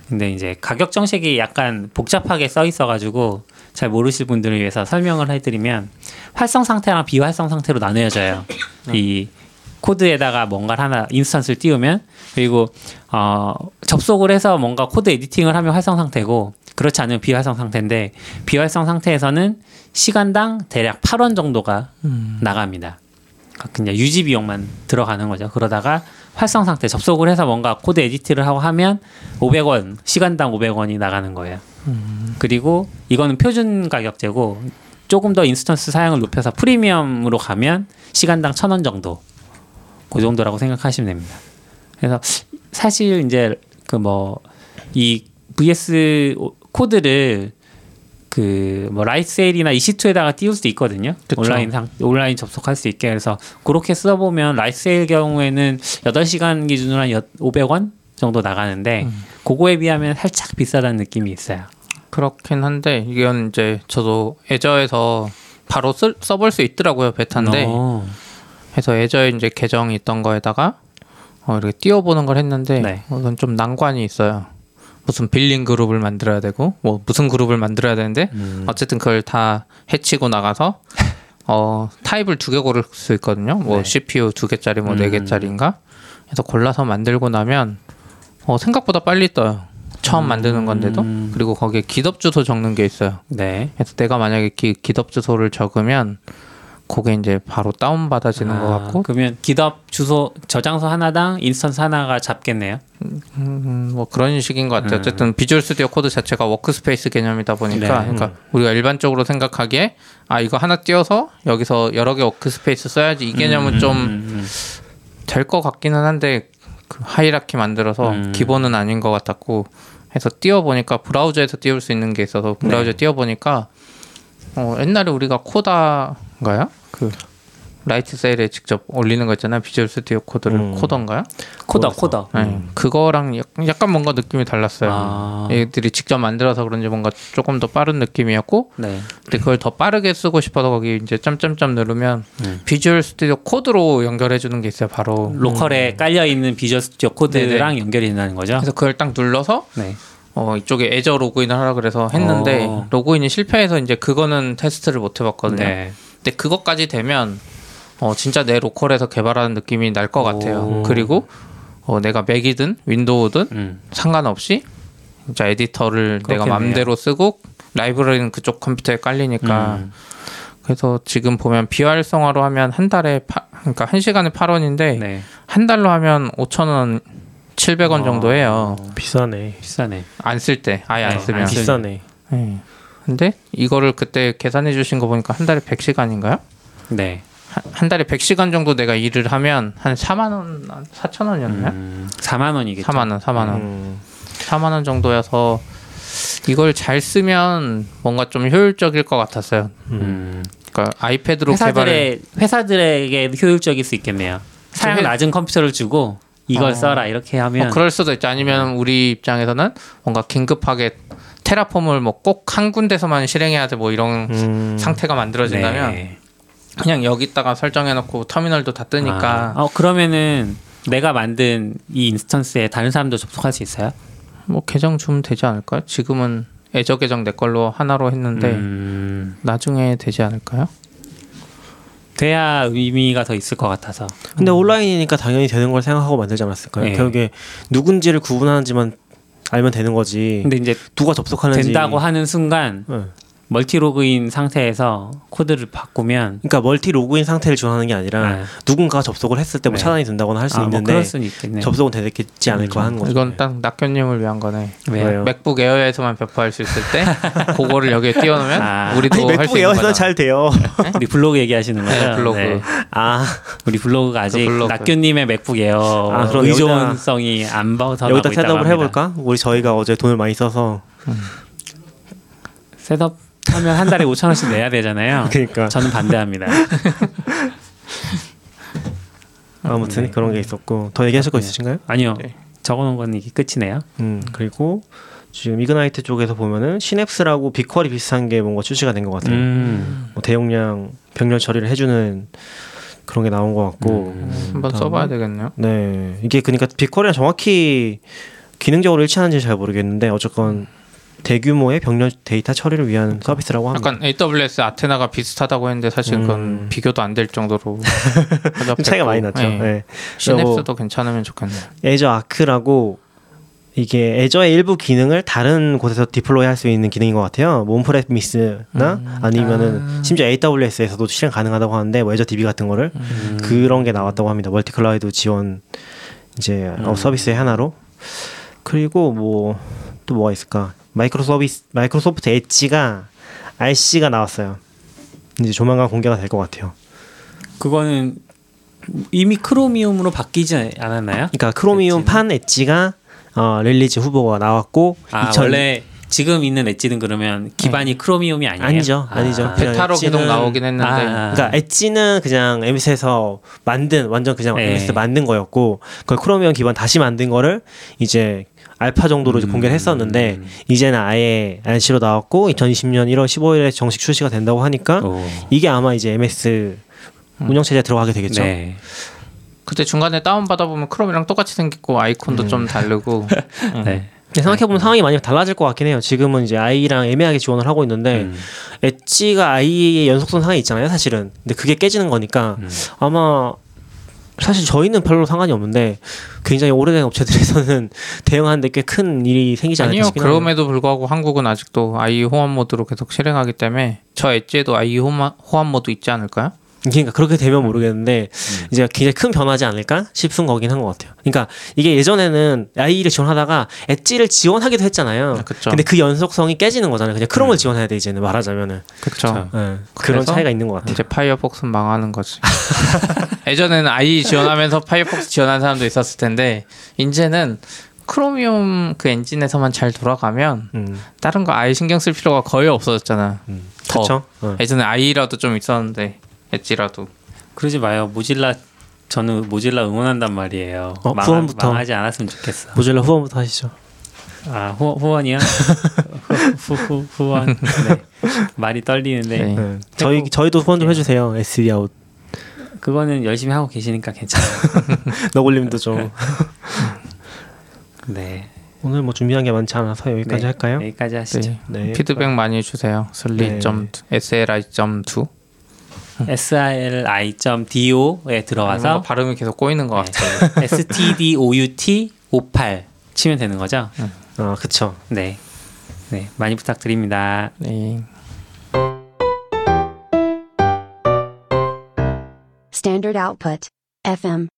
[SPEAKER 2] 근데 이제 가격 정책이 약간 복잡하게 써 있어가지고 잘 모르실 분들을 위해서 설명을 해드리면 활성 상태랑 비활성 상태로 나뉘어져요.
[SPEAKER 3] 네.
[SPEAKER 2] 이 코드에다가 뭔가를 하나 인스턴스를 띄우면 그리고 어, 접속을 해서 뭔가 코드 에디팅을 하면 활성 상태고 그렇지 않으면 비활성 상태인데 비활성 상태에서는 시간당 대략 8원 정도가
[SPEAKER 3] 음.
[SPEAKER 2] 나갑니다. 그러니까 그냥 유지 비용만 들어가는 거죠. 그러다가 활성 상태 접속을 해서 뭔가 코드 에디트를 하고 하면 500원 시간당 500원이 나가는 거예요. 그리고 이거는 표준 가격제고 조금 더 인스턴스 사양을 높여서 프리미엄으로 가면 시간당 1,000원 정도 그 정도라고 생각하시면 됩니다. 그래서 사실 이제 그 뭐 이 VS 코드를 그 뭐 라이트세일이나 이시투에다가 띄울 수도 있거든요.
[SPEAKER 3] 그쵸.
[SPEAKER 2] 온라인 상, 온라인 접속할 수 있게 그래서 그렇게 쓰다 보면 라이트세일 경우에는 8시간 기준으로 한 500원 정도 나가는데
[SPEAKER 3] 음.
[SPEAKER 2] 그거에 비하면 살짝 비싸다는 느낌이 있어요.
[SPEAKER 3] 그렇긴 한데 이건 이제 저도 애저에서 바로 쓸, 써볼 수 있더라고요 베타인데
[SPEAKER 2] 어.
[SPEAKER 3] 그래서 애저에 이제 계정이 있던 거에다가 어, 이렇게 띄워보는 걸 했는데
[SPEAKER 2] 네.
[SPEAKER 3] 어, 이건 좀 난관이 있어요. 무슨 빌링 그룹을
[SPEAKER 2] 음.
[SPEAKER 3] 만들어야 되고 뭐 무슨 그룹을 만들어야 되는데 어쨌든 그걸 다 해치고 나가서 어, 타입을 두 개 고를 수 있거든요. 뭐
[SPEAKER 2] 네.
[SPEAKER 3] CPU 두 개짜리 뭐 네
[SPEAKER 2] 음.
[SPEAKER 3] 개짜리인가. 그래서 골라서 만들고 나면 어, 생각보다 빨리 떠요. 처음 만드는 건데도.
[SPEAKER 2] 음.
[SPEAKER 3] 그리고 거기에 기덥 주소 적는 게 있어요.
[SPEAKER 2] 네.
[SPEAKER 3] 그래서 내가 만약에 기, 기덥 주소를 적으면 그게 이제 바로 다운 받아지는
[SPEAKER 2] 아,
[SPEAKER 3] 것 같고
[SPEAKER 2] 그러면 기답 주소 저장소 하나당 인스턴스 하나가 잡겠네요.
[SPEAKER 3] 음, 뭐 그런 식인 것
[SPEAKER 2] 음.
[SPEAKER 3] 같아요. 어쨌든 비주얼 스튜디오 코드 자체가 워크스페이스 개념이다 보니까
[SPEAKER 2] 네.
[SPEAKER 3] 그러니까 우리가 일반적으로 생각하기에 아 이거 하나 띄워서 여기서 여러 개 워크스페이스 써야지 이 개념은
[SPEAKER 2] 음,
[SPEAKER 3] 좀 될 것 같기는 한데 그 하이라키 만들어서
[SPEAKER 2] 음.
[SPEAKER 3] 기본은 아닌 것 같았고 해서 띄워 보니까 브라우저에서 띄울 수 있는 게 있어서
[SPEAKER 2] 네.
[SPEAKER 3] 브라우저 에 띄워 보니까 어, 옛날에 우리가 코다인가요? 그 라이트 세일에 직접 올리는 거 있잖아요. 비주얼 스튜디오 코드를
[SPEAKER 4] 음.
[SPEAKER 3] 코던가요?
[SPEAKER 2] 코더 코더.
[SPEAKER 3] 네, 그거랑 약- 약간 뭔가 느낌이 달랐어요.
[SPEAKER 2] 음. 아.
[SPEAKER 3] 얘들이 직접 만들어서 그런지 뭔가 조금 더 빠른 느낌이었고,
[SPEAKER 2] 네.
[SPEAKER 3] 근데 그걸 더 빠르게 쓰고 싶어서 거기 이제 점점점 누르면
[SPEAKER 2] 음.
[SPEAKER 3] 비주얼 스튜디오 코드로 연결해 주는 게 있어요. 바로.
[SPEAKER 2] 로컬에 깔려 있는 비주얼 스튜디오 코드랑 연결이 된다는 거죠.
[SPEAKER 3] 그래서 그걸 딱 눌러서
[SPEAKER 2] 네.
[SPEAKER 3] 어, 이쪽에 애저 로그인을 하라 그래서 했는데
[SPEAKER 2] 어.
[SPEAKER 3] 로그인이 실패해서 이제 그거는 테스트를 못 해봤거든요.
[SPEAKER 2] 네.
[SPEAKER 3] 근데 그것까지 되면 어, 진짜 내 로컬에서 개발하는 느낌이 날 것 같아요.
[SPEAKER 2] 오.
[SPEAKER 3] 그리고 어, 내가 맥이든 윈도우든
[SPEAKER 2] 음.
[SPEAKER 3] 상관없이 진짜 에디터를 내가
[SPEAKER 2] 그렇겠네요.
[SPEAKER 3] 마음대로 쓰고 라이브러리는 그쪽 컴퓨터에 깔리니까
[SPEAKER 2] 음.
[SPEAKER 3] 그래서 지금 보면 비활성화로 하면 한 달에 파, 그러니까 한 시간에 8원인데
[SPEAKER 2] 네.
[SPEAKER 3] 한 달로 하면 5천 원
[SPEAKER 2] 아.
[SPEAKER 3] 700원 정도 해요.
[SPEAKER 4] 비싸네.
[SPEAKER 2] 비싸네.
[SPEAKER 3] 안 쓸 때 아예
[SPEAKER 2] 네,
[SPEAKER 3] 안 쓰면.
[SPEAKER 2] 안 쓰-
[SPEAKER 4] 비싸네.
[SPEAKER 3] 예. 근데 이거를 그때 계산해 주신 거 보니까 한 달에 100시간인가요?
[SPEAKER 2] 네.
[SPEAKER 3] 한, 한 달에 100시간 정도 내가 일을 하면 한 4만 원, 한 4천 원이었나요?
[SPEAKER 2] 음, 4만 원이겠죠.
[SPEAKER 3] 4만 원, 4만 원.
[SPEAKER 4] 음.
[SPEAKER 3] 4만 원 정도여서 이걸 잘 쓰면 뭔가 좀 효율적일 것 같았어요.
[SPEAKER 2] 음.
[SPEAKER 3] 그러니까 아이패드로 개발을
[SPEAKER 2] 회사들의 회사들에게 효율적일 수 있겠네요. 사양
[SPEAKER 3] 회-
[SPEAKER 2] 낮은 컴퓨터를 주고 이걸
[SPEAKER 3] 어.
[SPEAKER 2] 써라 이렇게 하면
[SPEAKER 3] 뭐 그럴 수도 있죠.
[SPEAKER 2] 음.
[SPEAKER 3] 아니면 우리 입장에서는 뭔가 긴급하게 테라폼을 뭐 꼭 한 군데서만 실행해야 돼 뭐 이런
[SPEAKER 4] 음.
[SPEAKER 3] 상태가 만들어진다면
[SPEAKER 2] 네.
[SPEAKER 3] 그냥 여기다가 설정해놓고 터미널도 다 뜨니까
[SPEAKER 2] 아, 어, 그러면은 내가 만든 이 인스턴스에 다른 사람도 접속할 수 있어요?
[SPEAKER 3] 뭐 계정 주면 되지 않을까요? 지금은 애저 계정 내 걸로 하나로 했는데
[SPEAKER 2] 음,
[SPEAKER 3] 나중에 되지
[SPEAKER 4] 음,
[SPEAKER 3] 않을까요?
[SPEAKER 2] 돼야 의미가 더 있을 것 같아서.
[SPEAKER 4] 근데 온라인이니까 당연히 되는 걸 생각하고 만들지 않았을까요?
[SPEAKER 2] 예.
[SPEAKER 4] 결국에 누군지를 구분하는지만 알면 되는
[SPEAKER 3] 네.
[SPEAKER 4] 거지.
[SPEAKER 2] 근데 이제
[SPEAKER 4] 누가 접속하는지
[SPEAKER 2] 된다고 하는 순간
[SPEAKER 4] 응.
[SPEAKER 2] 멀티 로그인 상태에서 코드를 바꾸면
[SPEAKER 4] 그러니까 멀티 로그인 상태를 지원하는 게 아니라
[SPEAKER 2] 네.
[SPEAKER 4] 누군가 접속을 했을 때 뭐
[SPEAKER 2] 네.
[SPEAKER 4] 차단이 된다거나 할 수
[SPEAKER 2] 아, 뭐
[SPEAKER 4] 있는데
[SPEAKER 2] 그럴 수는 있겠네.
[SPEAKER 4] 접속은 되겠지 않을까 하는
[SPEAKER 3] 음,
[SPEAKER 4] 거죠.
[SPEAKER 3] 이건 딱 낙견님을 위한 거네.
[SPEAKER 2] 왜요?
[SPEAKER 4] 왜요?
[SPEAKER 3] 맥북 에어에서만 배포할 수 있을 때 그거를 여기에 띄워놓으면
[SPEAKER 2] 아.
[SPEAKER 3] 우리도 할 수
[SPEAKER 4] 맥북
[SPEAKER 3] 있는
[SPEAKER 4] 에어에서는
[SPEAKER 3] 거잖아.
[SPEAKER 4] 잘 돼요.
[SPEAKER 2] 우리 블로그 얘기하시는 거죠?
[SPEAKER 3] 네, 블로그.
[SPEAKER 2] 네.
[SPEAKER 4] 아
[SPEAKER 2] 우리 블로그가 아직
[SPEAKER 3] 그 블로그.
[SPEAKER 2] 낙교님의 맥북 에어
[SPEAKER 4] 아, 그럼
[SPEAKER 2] 의존성이 안 벗어나고
[SPEAKER 4] 여기다
[SPEAKER 2] 있다고
[SPEAKER 4] 셋업을
[SPEAKER 2] 합니다.
[SPEAKER 4] 해볼까? 우리 저희가 어제 돈을 많이 써서
[SPEAKER 2] 셋업하면 한 달에 5천 원씩 내야 되잖아요.
[SPEAKER 4] 그러니까
[SPEAKER 2] 저는 반대합니다.
[SPEAKER 4] 아무튼 그런 게 있었고 더 얘기하실 거 있으신가요?
[SPEAKER 2] 아니요.
[SPEAKER 3] 네.
[SPEAKER 2] 적어놓은 건 이게 끝이네요.
[SPEAKER 4] 음 그리고 지금 이그나이트 쪽에서 보면은 시냅스라고 빅쿼리 비슷한 게 뭔가 출시가 된 것 같아요.
[SPEAKER 2] 음.
[SPEAKER 4] 뭐 대용량 병렬 처리를 해주는 그런 게 나온 것 같고
[SPEAKER 3] 한번 써봐야 되겠네요.
[SPEAKER 4] 네 이게 그러니까 빅쿼리랑 정확히 기능적으로 일치하는지 잘 모르겠는데 어쨌건 대규모의 병렬 데이터 처리를 위한 서비스라고 합니다.
[SPEAKER 3] 약간 AWS 아테나가 비슷하다고 했는데 사실 그건
[SPEAKER 4] 음.
[SPEAKER 3] 비교도 안 될 정도로
[SPEAKER 4] 좀 차이가 많이 났죠.
[SPEAKER 3] 예.
[SPEAKER 4] 네.
[SPEAKER 3] 시냅스도 괜찮으면 좋겠네요.
[SPEAKER 4] 애저 아크라고 이게 애저의 일부 기능을 다른 곳에서 디플로이 할 수 있는 기능인 것 같아요. 몬프레미스나
[SPEAKER 2] 음,
[SPEAKER 4] 아니면은 심지어 AWS에서도 실행 가능하다고 하는데 뭐 애저 DB 같은 거를
[SPEAKER 2] 음.
[SPEAKER 4] 그런 게 나왔다고 합니다. 멀티 클라우드 지원 이제 어,
[SPEAKER 2] 음.
[SPEAKER 4] 서비스의 하나로 그리고 뭐 또 뭐가 있을까? 마이크로 서비스 마이크로소프트 엣지가 RC가 나왔어요. 이제 조만간 공개가 될 것 같아요.
[SPEAKER 2] 그거는 이미 크로미움으로 바뀌지 않았나요?
[SPEAKER 4] 그러니까 크로미움 판 엣지가 어, 릴리즈 후보가 나왔고
[SPEAKER 2] 아
[SPEAKER 4] 2000
[SPEAKER 2] 원래 지금 있는 엣지는 그러면 기반이 크로미움이 아니에요?
[SPEAKER 4] 네. 아니죠, 아니죠.
[SPEAKER 2] 아,
[SPEAKER 4] 그냥
[SPEAKER 3] 베타로
[SPEAKER 4] 엣지는-
[SPEAKER 3] 계속 나오긴 했는데
[SPEAKER 2] 아,
[SPEAKER 4] 그러니까 엣지는 그냥 MS에서 만든 완전 그냥
[SPEAKER 2] 네.
[SPEAKER 4] MS에서 만든 거였고 그걸 크로미엄 기반 다시 만든 거를 이제 알파 정도로 이제
[SPEAKER 2] 음.
[SPEAKER 4] 공개를 했었는데 이제는 아예 안시로 나왔고 2020년 1월 15일에 정식 출시가 된다고 하니까
[SPEAKER 2] 오.
[SPEAKER 4] 이게 아마 이제 MS 운영 체제에 들어가게 되겠죠.
[SPEAKER 2] 음. 네.
[SPEAKER 4] 음.
[SPEAKER 3] 그때 중간에 다운 음. 받아 보면 크롬이랑 똑같이 생겼고 아이콘도 좀 다르고
[SPEAKER 2] 네.
[SPEAKER 4] 근데 생각해보면 상황이 많이 달라질 것 같긴 해요. 지금은 이제 아이랑 애매하게 지원을 하고 있는데
[SPEAKER 2] 음.
[SPEAKER 4] 엣지가 아이의 연속성 상황이 있잖아요, 사실은. 근데 그게 깨지는 거니까
[SPEAKER 2] 음.
[SPEAKER 4] 아마 사실 저희는 별로 상관이 없는데 굉장히 오래된 업체들에서는 대응하는데 꽤 큰 일이 생기지 않을까
[SPEAKER 3] 아니요.
[SPEAKER 4] 싶긴 하네요.
[SPEAKER 3] 그럼에도 불구하고 한국은 아직도 아이 호환 모드로 계속 실행하기 때문에 저 엣지에도 아이 호환, 호환 모드 있지 않을까요?
[SPEAKER 4] 그러니까 그렇게 되면 모르겠는데
[SPEAKER 3] 음.
[SPEAKER 4] 이제 굉장히 큰 변화지 않을까 싶은 거긴 한 것 같아요. 그러니까 이게 예전에는 IE를 지원하다가 엣지를 지원하기도 했잖아요.
[SPEAKER 3] 아, 그쵸.
[SPEAKER 4] 근데 그 연속성이 깨지는 거잖아요. 그냥 크롬을 지원해야 돼 이제는 말하자면은
[SPEAKER 3] 그렇죠.
[SPEAKER 4] 예, 그런
[SPEAKER 3] 그래서
[SPEAKER 4] 차이가 있는 것 같아요.
[SPEAKER 3] 이제 파이어폭스 망하는 거지. 예전에는 아이 지원하면서 파이어폭스 지원한 사람도 있었을 텐데 이제는 크로미움 그 엔진에서만 잘 돌아가면
[SPEAKER 4] 음,
[SPEAKER 3] 다른 거 아예 신경 쓸 필요가 거의 없어졌잖아. 더.
[SPEAKER 4] 그렇죠.
[SPEAKER 3] 예전에 아이라도 좀 있었는데 엣지라도.
[SPEAKER 2] 그러지 마요. 모질라 저는 모질라 응원한단 말이에요.
[SPEAKER 4] 어,
[SPEAKER 2] 망,
[SPEAKER 4] 후원부터.
[SPEAKER 2] 망하지 않았으면 좋겠어.
[SPEAKER 4] 모질라 후원부터 하시죠.
[SPEAKER 2] 아 후, 후원이야? 후, 후, 후, 후원. 네. 말이 떨리는데
[SPEAKER 3] 네.
[SPEAKER 4] 예. 저희 저희도 후원 좀 해주세요. SD 아웃
[SPEAKER 2] 그거는 열심히 하고 계시니까 괜찮아요.
[SPEAKER 4] 너굴님도 좀
[SPEAKER 2] 네.
[SPEAKER 4] 오늘 뭐 준비한 게 많지 않아서 여기까지
[SPEAKER 2] 네.
[SPEAKER 4] 할까요?
[SPEAKER 2] 여기까지 하시죠.
[SPEAKER 3] 네.
[SPEAKER 4] 네.
[SPEAKER 3] 피드백 많이 주세요.
[SPEAKER 4] 네.
[SPEAKER 3] 슬리.sli.2 네.
[SPEAKER 2] sli.do에 들어와서
[SPEAKER 3] 발음이 계속 꼬이는 것
[SPEAKER 2] 네.
[SPEAKER 3] 같아요.
[SPEAKER 2] stdout 58 치면 되는 거죠?
[SPEAKER 4] 아 그렇죠.
[SPEAKER 2] 네. 네, 많이 부탁드립니다.
[SPEAKER 3] 네.
[SPEAKER 1] Standard output. FM.